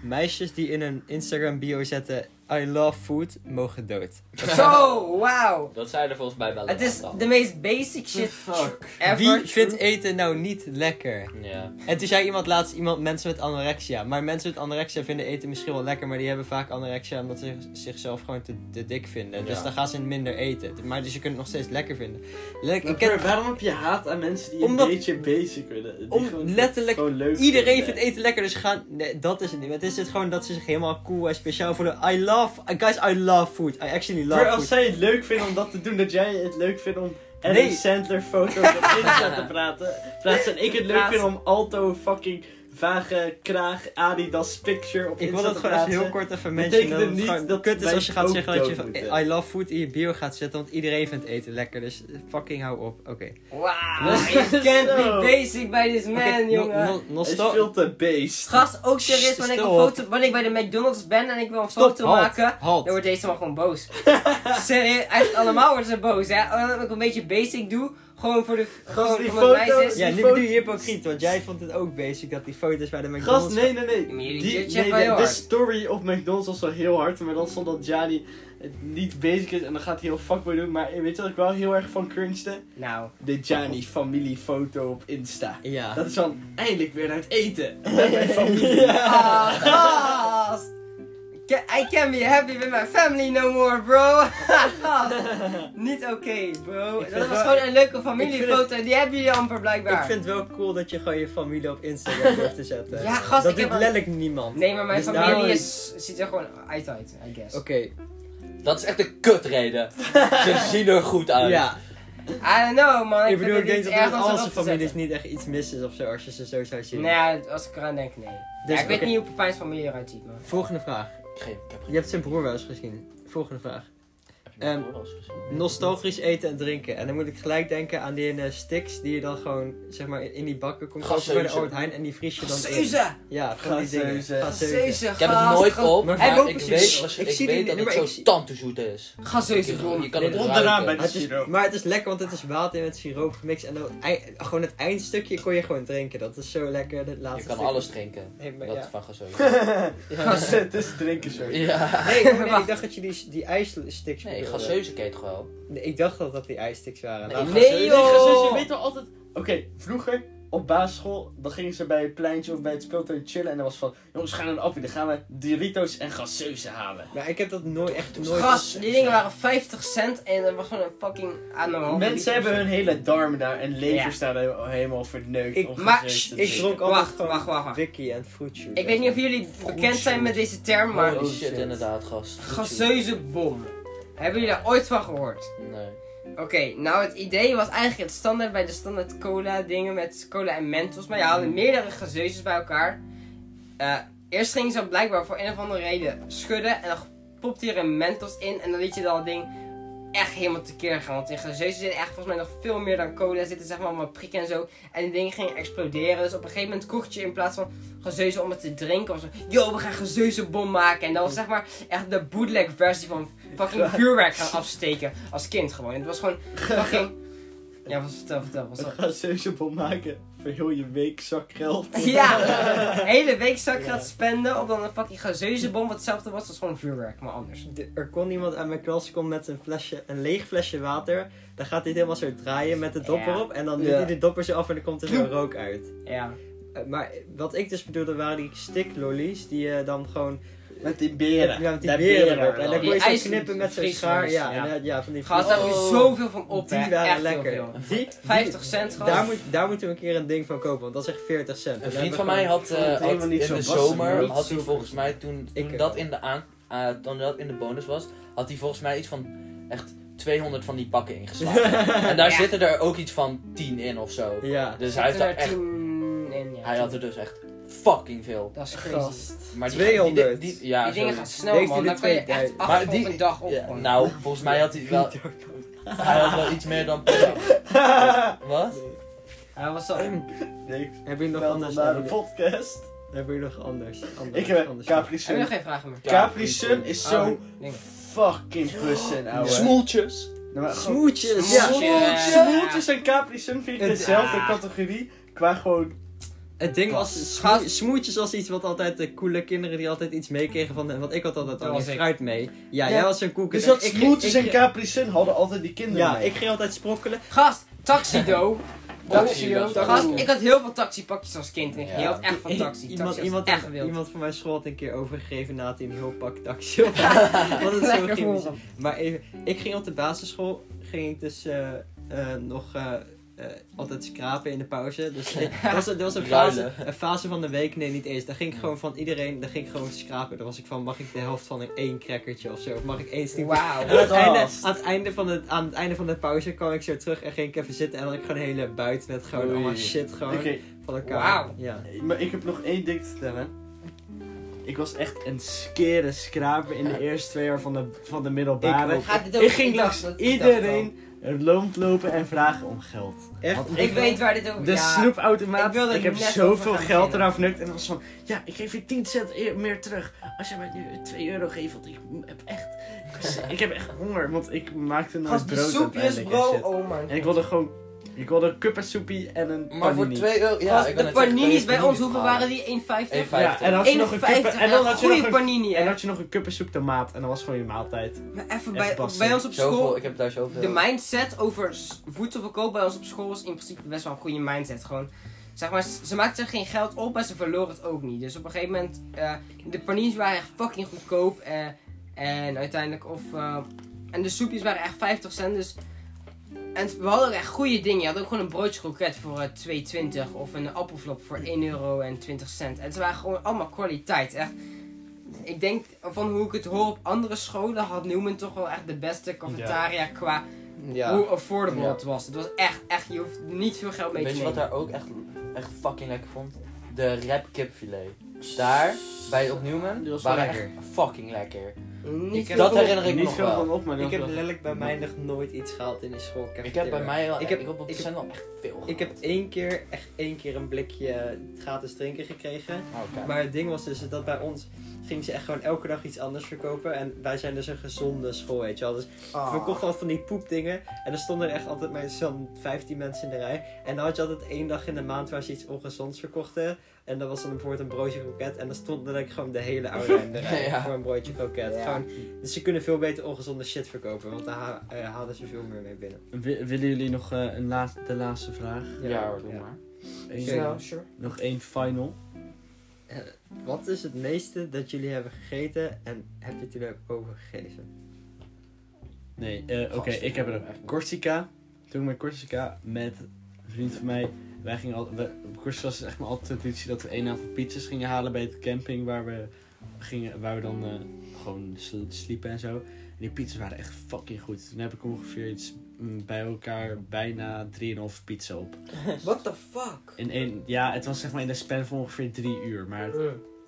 Meisjes die in hun Instagram bio zetten... I love food, mogen dood.
Zo, wauw.
Dat zijn er volgens mij wel
Het is
een aantal.
de meest basic shit
fuck?
ever.
Wie vindt eten nou niet lekker?
Ja.
En toen zei iemand laatst, iemand, mensen met anorexia. Maar mensen met anorexia vinden eten misschien wel lekker, maar die hebben vaak anorexia omdat ze zichzelf gewoon te, te dik vinden. Dus
Ja.
dan gaan ze minder eten. Maar dus je kunt het nog steeds lekker vinden. Let- ik
Ik
ken,
waarom heb je haat aan mensen die
Omdat-
een beetje bezig willen? Die
om-
gewoon-
letterlijk
gewoon leuk
iedereen
vinden.
vindt eten lekker, dus gaan... Nee, dat is het niet. Het is het gewoon dat ze zich helemaal cool en speciaal voelen. I love... Guys, I love food. I actually love
Maar
food.
als zij het leuk vinden om dat te doen, dat jij het leuk vindt om Adam
Nee.
Sandler foto's op Insta te praten, plaatsen. En ik het leuk
Plaatsen.
vind om Alto fucking vage kraag Adidas picture op
Ik
Insta
wil dat
te
gewoon even
plaatsen.
heel kort even
Betekent
mentionen.
het
Dat het
niet
gewoon
dat
kut is
wij
als je gaat
ook
zeggen dat je
dood
van,
moeten?
I love food in je bio gaat zetten, want iedereen vindt eten lekker. Dus fucking hou op. Oké.
Wauw, you can't
Zo.
be basic by this man,
Oké, no-
jongen.
no-
Het is
nostal-
veel te beest.
Gast, ook serieus,
Sst,
wanneer ik, een
stil op.
foto, wanneer ik bij de McDonald's ben en ik wil een
Stop,
foto
halt,
maken,
halt.
dan wordt deze man gewoon boos. serieus, echt allemaal worden ze boos, hè. Omdat ik een beetje basic doe, gewoon voor de... gewoon
die
omdat het
foto's-
nice is.
Ja,
Die
nu
foto-
bedoel je hypocriet, want jij vond het ook basic dat die foto's bij de McDonald's...
Gast, nee, nee, nee.
Maar jullie
Die,
judgen
nee,
wel
de,
heel
de
hard.
story op McDonald's was wel heel hard, maar dan stond dat Jani het niet bezig is en dan gaat hij heel fuckboy doen. Maar eh, weet je wat ik wel heel erg van cringede?
Nou,
De Jani familiefoto op Insta.
Ja.
Dat is dan eindelijk weer naar het eten. Met mijn familie.
ah, gast. Ca- I can't be happy with my family no more, bro. Gast, Niet oké, bro.
Ik vind
Dat was
wel-
gewoon een leuke
ik
familiefoto, die hebben jullie amper blijkbaar.
Ik vind het wel cool dat je gewoon je familie op Instagram durft te zetten.
Ja, gast, ik
dat doet
heb al-
letterlijk niemand.
Nee, maar mijn
Dus
familie
daarom-
is, ziet er gewoon uit uit, I guess.
Oké,
Dat is echt een kutreden. Ze zien er goed uit.
ja.
I don't know, man.
Ik bedoel,
vind het
ik denk
iets
dat
erg
er met
om ze erop
al zijn
te
families
zetten.
niet echt iets mis is of zo, als je ze zo zou zien.
Nee, als ik eraan denk, nee.
Dus,
ja, ik
oké.
weet niet hoe Pepijn's familie eruit ziet, man.
Volgende vraag.
Geen- ik heb geen-
Je hebt zijn broer wel eens gezien. Volgende vraag. Ehm,
was gezien.
nostalgisch eten en drinken. En dan moet ik gelijk denken aan die eh, sticks die je dan gewoon zeg maar in die bakken komt kopen bij de
Gasseuzen.
Albert Heijn en die vries je dan in.
Gaseuze!
Ja, gewoon die dingen.
Gasseuzen.
Gasseuzen.
Gaseuze!
Ik heb het nooit op,
Maar
maar,
hij wil
ik
precies-
weet, als-
ik
ik
zie die-
weet dat het
nee, maar
zo
ik zie-
tantezoet is.
Gaseuze,
Ik-
Ron.
Je kan het
Rond
ruiken.
eraan bij de
Het is-
siroop.
maar het is lekker, want het is water met siroop gemixt. En dan, ei- gewoon het eindstukje kon je gewoon drinken. Dat is zo lekker. Het
Je
laatste
kan
stuk.
alles drinken.
Nee, maar,
Dat
ja.
van gazootje.
Ja.
Het is drinken zo.
ja.
Nee, oh nee, ik dacht dat je die, die ijssticks
Nee,
bedoelde.
gaseuze keet wel.
Nee, ik dacht dat dat die ijssticks waren.
Nee,
Nou,
nee,
Gaseuzen-
joh.
gaseuzen, je weet toch altijd... Oké, vroeger op basisschool, dan gingen ze bij het pleintje of bij het speeltuin chillen. En dan was van, jongens, we gaan naar een appie. Dan gaan we Doritos en gaseuzen halen.
Maar ik heb dat nooit, echt nooit...
Gas, die dingen waren 50 cent en er was gewoon een fucking aan de hand.
Mensen hebben hun hele darmen daar en levers
Ja.
daar helemaal- helemaal verneukt.
Ik-
om
maar
gaseuzen te
Ik
drinken.
dronk altijd
Wacht,
gewoon
wacht, wacht, wacht.
wikkie en fruitje.
Ik weet niet of jullie bekend zijn met deze term, maar
Holy
Oh,
shit,
shit.
inderdaad, gast.
gaseuze bom. Hebben jullie daar ooit van gehoord?
Nee.
Oké, nou het idee was eigenlijk het standaard bij de standaard cola dingen met cola en mentos. Maar je haalde meerdere gazeuzes bij elkaar. Eh, eerst gingen ze dat blijkbaar voor een of andere reden schudden. En dan popte hier een mentos in. En dan liet je dat ding echt helemaal tekeer gaan. Want in gazeuzen zitten echt volgens mij nog veel meer dan cola. Zitten zeg maar allemaal prikken en zo. En die dingen gingen exploderen. Dus op een gegeven moment kocht je in plaats van gazeuzen om het te drinken. Was zo, yo we gaan gazeuzenbom maken. En dat was zeg maar echt de bootleg versie van fucking vuurwerk gaan afsteken. Als kind gewoon. Het was gewoon fucking... Ja, wat vertel, vertel. Wat
Een
vertel.
gaseuzenbom maken voor heel je week zak geld.
Ja! hele week zak gaat spenden op dan een fucking gazeuzebom. Wat hetzelfde was als gewoon vuurwerk, maar anders.
De- Er kon iemand aan mijn klas komen met een, flesje, een leeg flesje water. Dan gaat hij het helemaal zo draaien met de dop
Ja.
erop. En dan doet
Ja.
hij de dopper zo af en dan komt er zo'n rook uit.
Ja.
Eh, Maar wat ik dus bedoelde waren die stiklollies. Die je dan gewoon...
Met die beren.
Ja, met die
Daar
beren erop.
erop.
En dan
Die
kon je zo
ijs-
knippen met zo'n
vries-
schaar. Ja,
ja.
en, eh, ja, van die
Gast, daar heb je
Oh.
zoveel van op.
Die
hè.
waren
Echt
lekker.
heel veel.
Die,
50 cent gast.
daar, moet, daar moeten we een keer een ding van kopen. Want dat is echt 40 cent.
Een
En
vriend
dan
van
hebben
mij had,
we
eh,
vond het
had
helemaal
in
niet zo
de
bassen,
zomer,
niet
had hij
super.
volgens mij, toen, toen,
Ik, eh,
dat in de aan, eh, toen dat in de bonus was, had hij volgens mij iets van echt 200 van die pakken ingeslagen. en daar
Ja.
zitten er ook iets van 10 in of zo.
gewoon- Ja.
Dus hij, heeft daar echt,
En, ja,
hij had er dus echt fucking veel.
Dat is crazy.
Gast.
Maar die,
200.
Die, die- ja,
die dingen gaan
zoiets.
snel,
Heeft hij
man.
de
Dan kan je echt
2000?
acht
Maar
op
die-
een dag op.
Ja,
gewoon.
nou, volgens mij had hij wel, hij had wel iets meer dan... Wat?
Hij was zo...
Niks.
Heb je nog
Welkom
anders?
naar de
Heb
podcast.
je nog anders? anders
Ik heb een
anders- Ah,
Capri
Heb je nog
Sun.
geen vragen meer?
Capri Sun is zo
Oh, dingen.
fucking pussen, ouwe.
Smoeltjes.
Nou, maar gewoon-
Smoeltjes!
Smoeltjes.
Ja.
Smoeltjes.
Ja.
Smoeltjes en Capri Sun vind ik
Het-
dezelfde
Ah.
categorie. Qua gewoon...
Het ding was,
Gast.
smoe- smoertjes was iets wat altijd de coole kinderen die altijd iets meekregen van, want ik had altijd
Dat
al die
was ik.
fruit mee. Ja,
Ja.
jij was zo'n koeken.
Dus dat
Ik ging-
Smoeltjes
ik
en
ging-
Capri Sun hadden altijd die kinderen
Ja,
mee.
ik ging altijd sprokkelen.
Gast, Taxido.
Taxi,
Oh,
dat-
Gast, ik had heel veel taxipakjes als kind. En ik
Ja.
hield echt van taxi.
Iemand,
taxi
iemand,
was echt wild.
iemand van mijn school had een keer overgegeven na het in die heel pak taxi. op. Want het zo
Lekker
ging.
voor hem.
Maar even, ik ging op de basisschool, ging ik dus eh, eh, nog eh, eh, altijd skrapen in de pauze. Dus ik, dat was, dat was een, fase,
Ruilen.
een fase van de week, nee niet eens. Daar ging ik gewoon van iedereen, daar ging ik gewoon skrapen. Daar was ik van, mag ik de helft van een- één crackertje of zo? Of mag ik één stuk
Wauw.
En aan het, einde,
Gast.
aan, het einde van de, aan het einde van de pauze kwam ik zo terug en ging ik even zitten en dan had ik gewoon een hele buit met gewoon
Oei.
allemaal shit gewoon
Oké,
van elkaar.
Wauw.
Ja.
maar ik heb nog één ding te vertellen. Ik was echt een skere skraper in de eerste twee jaar van de, van de middelbare.
ook.
Gaat dit ook-
Ik ging
ik
langs
dacht dat- ik dacht
iedereen loont lopen en vragen om geld.
Echt?
Want
Ik weet waar dit over
De
ja.
snoepautomaat.
ik wilde
Ik, heb
net
zoveel
over gaan
geld
beginnen.
eraan vernukt. En dat was van, ja, ik geef je 10 cent e- meer terug. Als jij mij nu 2 euro geeft, want ik heb echt, ik heb echt honger. Want ik maakte nooit
Gast, die
brood
soepjes,
uiteindelijk
bro.
en shit.
Oh man.
En ik wilde gewoon, ik wilde een kuppensoepie en een
Maar voor
panini.
2 euro... Ja,
Gast,
ik
de
wou net zeggen,
paninis
twee
bij ons, hoeveel waren
paninis halen.
die? 1,50?
1,50.
Ja, en dan had je nog een
1,50
kuppen, en dan had je nog
goede
een,
panini,
en
hè.
had je nog een kuppensoep tomaat. En dat was gewoon je maaltijd.
Maar even,
echt
bij,
bassen.
bij ons op
Zoveel,
school,
ik heb daar zoveel.
de mindset over s- voedselverkoop bij ons op school was in principe best wel een goede mindset. Gewoon, zeg maar, s- ze maakten er geen geld op, maar ze verloren het ook niet. Dus op een gegeven moment, eh, de paninis waren echt fucking goedkoop. eh, en uiteindelijk, of, eh, en de soepjes waren echt 50 cent, dus... En we hadden ook echt goede dingen. Je had ook gewoon een broodje kroket voor eh, 2,20 of een appelflop voor 1,20 euro. En het waren gewoon allemaal kwaliteit. Echt. Ik denk van hoe ik het hoor op andere scholen had Newman toch wel echt de beste cafetaria qua hoe
Ja.
affordable
Ja.
het was. Het was echt, echt, je hoeft niet veel geld mee
Weet
te
je wat
nemen.
daar ook echt, echt fucking lekker vond? De rap kipfilet. daar, bij op Newman,
Die was wel
waren echt
lekker.
fucking lekker.
Niet veel
heb-
dat herinner ik me
Niet
nog
veel
wel.
van op, maar dat
Ik heb
was wel-
letterlijk bij mij nog nooit iets gehaald in die school.
Ik heb bij mij wel,
Ik
ik
heb-
heb, op
ik
de
heb-
zender echt veel
Ik heb één keer, echt één keer een blikje gratis drinken gekregen. Maar het ding was dus dat bij ons gingen ze echt gewoon elke dag iets anders verkopen. En wij zijn dus een gezonde school, weet je wel. Dus we
Ah.
verkochten altijd van die poepdingen. En er stonden er echt altijd maar zo'n 15 mensen in de rij. En dan had je altijd één dag in de maand waar ze iets ongezonds verkochten. En dat was dan bijvoorbeeld een broodje kroket. En dan stond er gewoon de hele oude in de rij
Ja.
voor een broodje kroket.
Ja.
Gewoon, dus ze kunnen veel beter ongezonde shit verkopen. Want daar ha- eh, halen ze veel meer mee binnen.
Wi- willen jullie nog eh, een laat- de laatste vraag?
Ja, hoor, doe
Ja.
maar.
Eén-
Snel.
sure.
Nog één final.
Wat is het meeste dat jullie hebben gegeten en heb je het jullie ook overgegeven?
Nee, eh, oké,
Gast,
ik heb er
echt niet.
Corsica. Toen met Corsica met een vriend van mij. Wij gingen al, we, op Corsica was het echt maar altijd traditie dat we één aantal pizzas gingen halen bij de camping waar we, gingen, waar we dan eh, gewoon sl- sliepen en zo. En die pizzas waren echt fucking goed. Toen heb ik ongeveer iets mm, bij elkaar bijna 3,5 pizza op.
What the fuck?
In één, ja, het was zeg maar in de span van ongeveer drie uur. Maar het,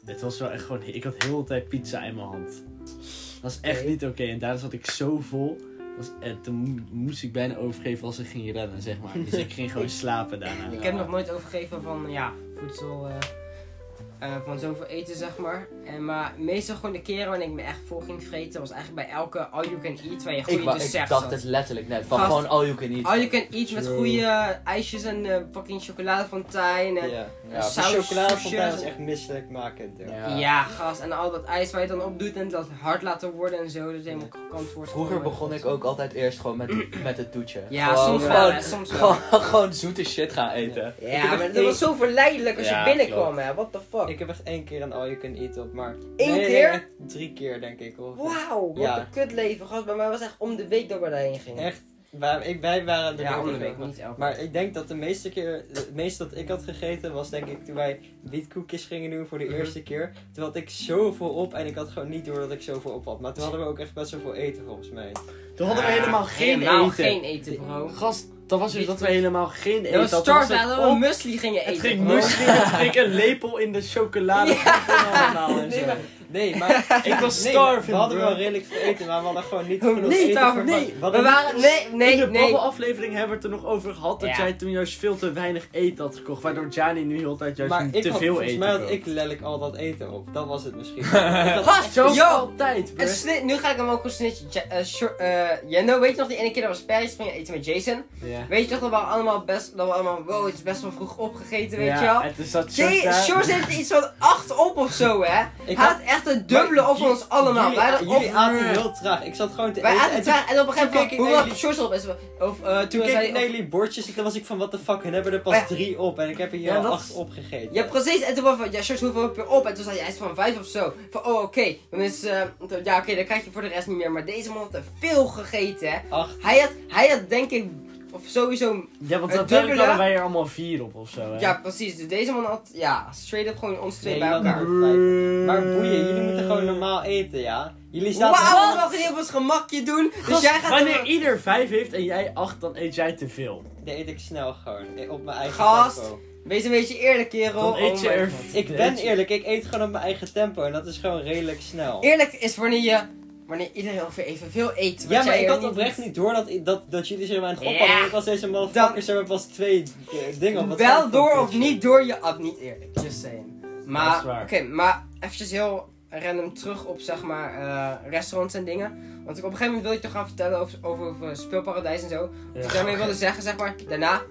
het was wel echt gewoon... Ik had heel de tijd pizza in mijn hand. Dat was echt
Oké.
niet oké. En daar zat ik zo vol. Dat Was, en toen mo- moest ik bijna overgeven als ik ging rennen, zeg maar. Dus ik ging gewoon slapen daarna.
Ik heb nog nooit overgegeven van ja, voedsel. eh, eh, van zoveel eten, zeg maar. En, maar meestal gewoon de keren wanneer ik me echt vol ging vreten, was eigenlijk bij elke all you can eat waar je
Ik,
goede
wa- ik
desserts
dacht
had.
het letterlijk net, van
Gast.
gewoon all you can eat.
All you can eat met
True.
goede ijsjes en eh, fucking chocoladefontein. En,
Ja.
Ja,
De
Saus,
chocoladefontein
soesjes.
was echt misselijk maken.
ja. gas. En al dat ijs waar je dan op doet en dat hard laten worden en zo. Dus helemaal krokant wordt.
Vroeger begon ik ook altijd eerst gewoon met, met het toetje.
Ja,
Gewoon-
soms wel.
gewoon,
hè, soms wel.
gewoon, gewoon zoete shit gaan eten.
Ja, maar dat was zo verleidelijk als
Ja,
je binnenkwam,
klopt.
hè. What the fuck?
Ik heb echt één keer een all you can eat op, maar... Eén
keer?
drie keer denk ik. Hoor.
Wauw, wat
Ja.
een kutleven, gast. Bij mij was echt om de week dat we daarheen gingen.
Echt, waar, ik, wij waren de
Ja, om
derde
de week,
nog.
niet elke
Maar ik denk dat de meeste keer, het meeste dat ik had gegeten was denk ik toen wij wietkoekjes gingen doen voor de
Mhm.
eerste keer. Toen had ik zoveel op en ik had gewoon niet door dat ik zoveel op had. Maar toen hadden we ook echt best wel veel eten volgens mij.
Toen hadden we
Ja,
Ah, helemaal geen
Ah, helemaal
eten.
geen eten, bro.
Gast, dat was dus dat we helemaal geen eten
Dat was
hadden. Toen
start,
was het
dat we
op.
muesli gingen eten.
Het ging
bro.
muesli, het ging een lepel in de chocolade. allemaal en
Nee,
zo.
maar, nee, maar
Ik was
nee,
starving,
we hadden
bro.
wel redelijk veel eten, maar we hadden gewoon niet
Oh,
genoeg
nee,
eten.
Tamer,
voor-
nee.
we
We
hadden
waren... Nee,
in
nee,
de
nee.
babbelaflevering hebben we het er nog over gehad dat
Ja.
jij toen juist veel te weinig eten had gekocht. Waardoor Jani nu heel de tijd juist
maar ik
te
had,
veel
volgens
eten
mij had
koopt.
ik letterlijk al dat eten op. Dat was het misschien. Ik had-
Gast,
Zoals
yo!
altijd, bro.
Een snit, nu ga ik hem ook een snitje. Ja, eh, short- eh, Jendo, weet je nog die ene keer dat we sperretjes gingen eten met Jason?
Ja.
Weet je nog dat we allemaal best, dat we allemaal, wow, het is best wel vroeg opgegeten, weet
Ja,
je wel?
En toen zat George
Jay,
daar.
Shores heeft er iets van 8 op of zo, hè? Hij
Ik
had echt een dubbele
Maar
op van ons allemaal.
Jullie,
Wij hadden
jullie
op-
aten heel traag. Ik zat gewoon te
Wij
eten.
aten
en
traag en op een gegeven
toen
moment,
keek ik
hoe
naar
lang Shores op is, of eh, toen
Toen keek
zei
ik naar jullie bordjes en toen was ik van, wat the fuck, en hebben er pas
Maar ja.
drie op en ik heb er hier
Ja,
al
dat
acht
is-
opgegeten.
Ja, precies. En toen was van, ja, Shores, hoeveel heb je op? En toen zei hij, hij is van 5 of zo. Van, oh, oké. Dan is, eh, ja, oké, dan krijg je voor de rest niet meer. Maar deze man had er veel gegeten, hè?
Acht.
Hij had, hij had denk ik, of sowieso,
Ja, want
Het
uiteindelijk
dubbele-
hadden wij er allemaal vier op of zo. Hè?
ja, precies. Dus deze man had, ja, straight up gewoon ons twee
Nee,
bij
dat-
elkaar.
Maar boeien, jullie moeten gewoon normaal eten, ja? Jullie
Wauw,
zaten
we
allemaal...
mogen niet op ons gemakje doen. Dus
Gast,
jij gaat...
wanneer ieder vijf heeft en jij acht, dan eet jij te veel.
Nee, eet ik snel gewoon, eh, op mijn eigen
Gast.
tempo.
Wees een beetje eerlijk, kerel.
Dan eet
Oh
je
my
er...
God.
Ik ben eerlijk, ik eet gewoon op mijn eigen tempo en dat is gewoon redelijk snel.
Eerlijk is wanneer je... Wanneer iedereen ongeveer evenveel eet. wat
Ja,
jij
maar ik
er
had oprecht niet door dat, dat, dat jullie zo weinig
Ja.
oppakken. Ik was deze motherfuckers hebben pas twee eh, dingen op. Wat zijn
Wel
dat
door
voor
of
shit?
niet door je ab, niet eerlijk. Just saying.
Dat
Maar,
is waar.
oké, maar eventjes heel random terug op, zeg maar, eh, restaurants en dingen. Want ik op een gegeven moment wil je toch gaan vertellen over, over, over speelparadijs en zo. Wat ik daarmee wilde zeggen, zeg maar, daarna...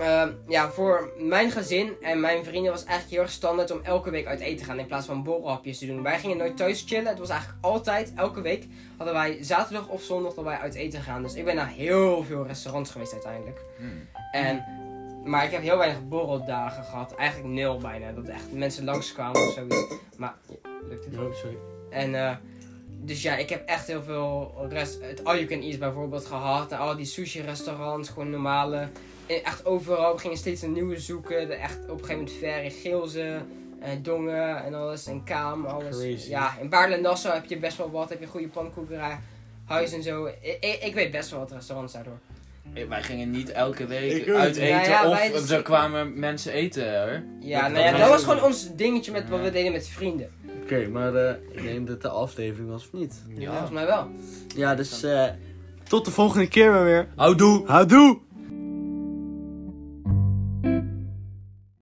ehm, ja, voor mijn gezin en mijn vrienden was eigenlijk heel erg standaard om elke week uit eten te gaan in plaats van borrelhapjes te doen. Wij gingen nooit thuis chillen. Het was eigenlijk altijd, elke week, hadden wij zaterdag of zondag dat wij uit eten gaan. Dus ik ben naar heel veel restaurants geweest uiteindelijk.
Hmm.
En, maar ik heb heel weinig borreldagen gehad. Eigenlijk nul bijna. Dat echt mensen langskwamen of zoiets. Maar lukt het.
Oh, sorry.
En eh, dus ja, ik heb echt heel veel rest. Het All You Can Eat bijvoorbeeld gehad. En al die sushi restaurants, gewoon normale. En echt overal. We gingen steeds een nieuwe zoeken. De echt op een gegeven moment ver in Geelze. En Dongen en alles. En Kaam, alles.
Crazy.
Ja, in Baarle en Nassau heb je best wel wat. Heb je goede pannenkoekerij. Huis en zo. Ik, ik, ik weet best wel wat restaurants daardoor.
Wij gingen niet elke week
Ik ook.
uit
Ja,
eten
ja,
of
wij
er
dus-
kwamen mensen eten hoor.
Ja,
Dat-
nou ja,
dat
dat was
was-
gewoon ons dingetje met wat we deden met vrienden.
Oké, maar eh, ik neem dat de aflevering was of niet?
Volgens mij wel.
Ja, dus eh, tot de volgende keer maar weer.
Houdoe!
Houdoe!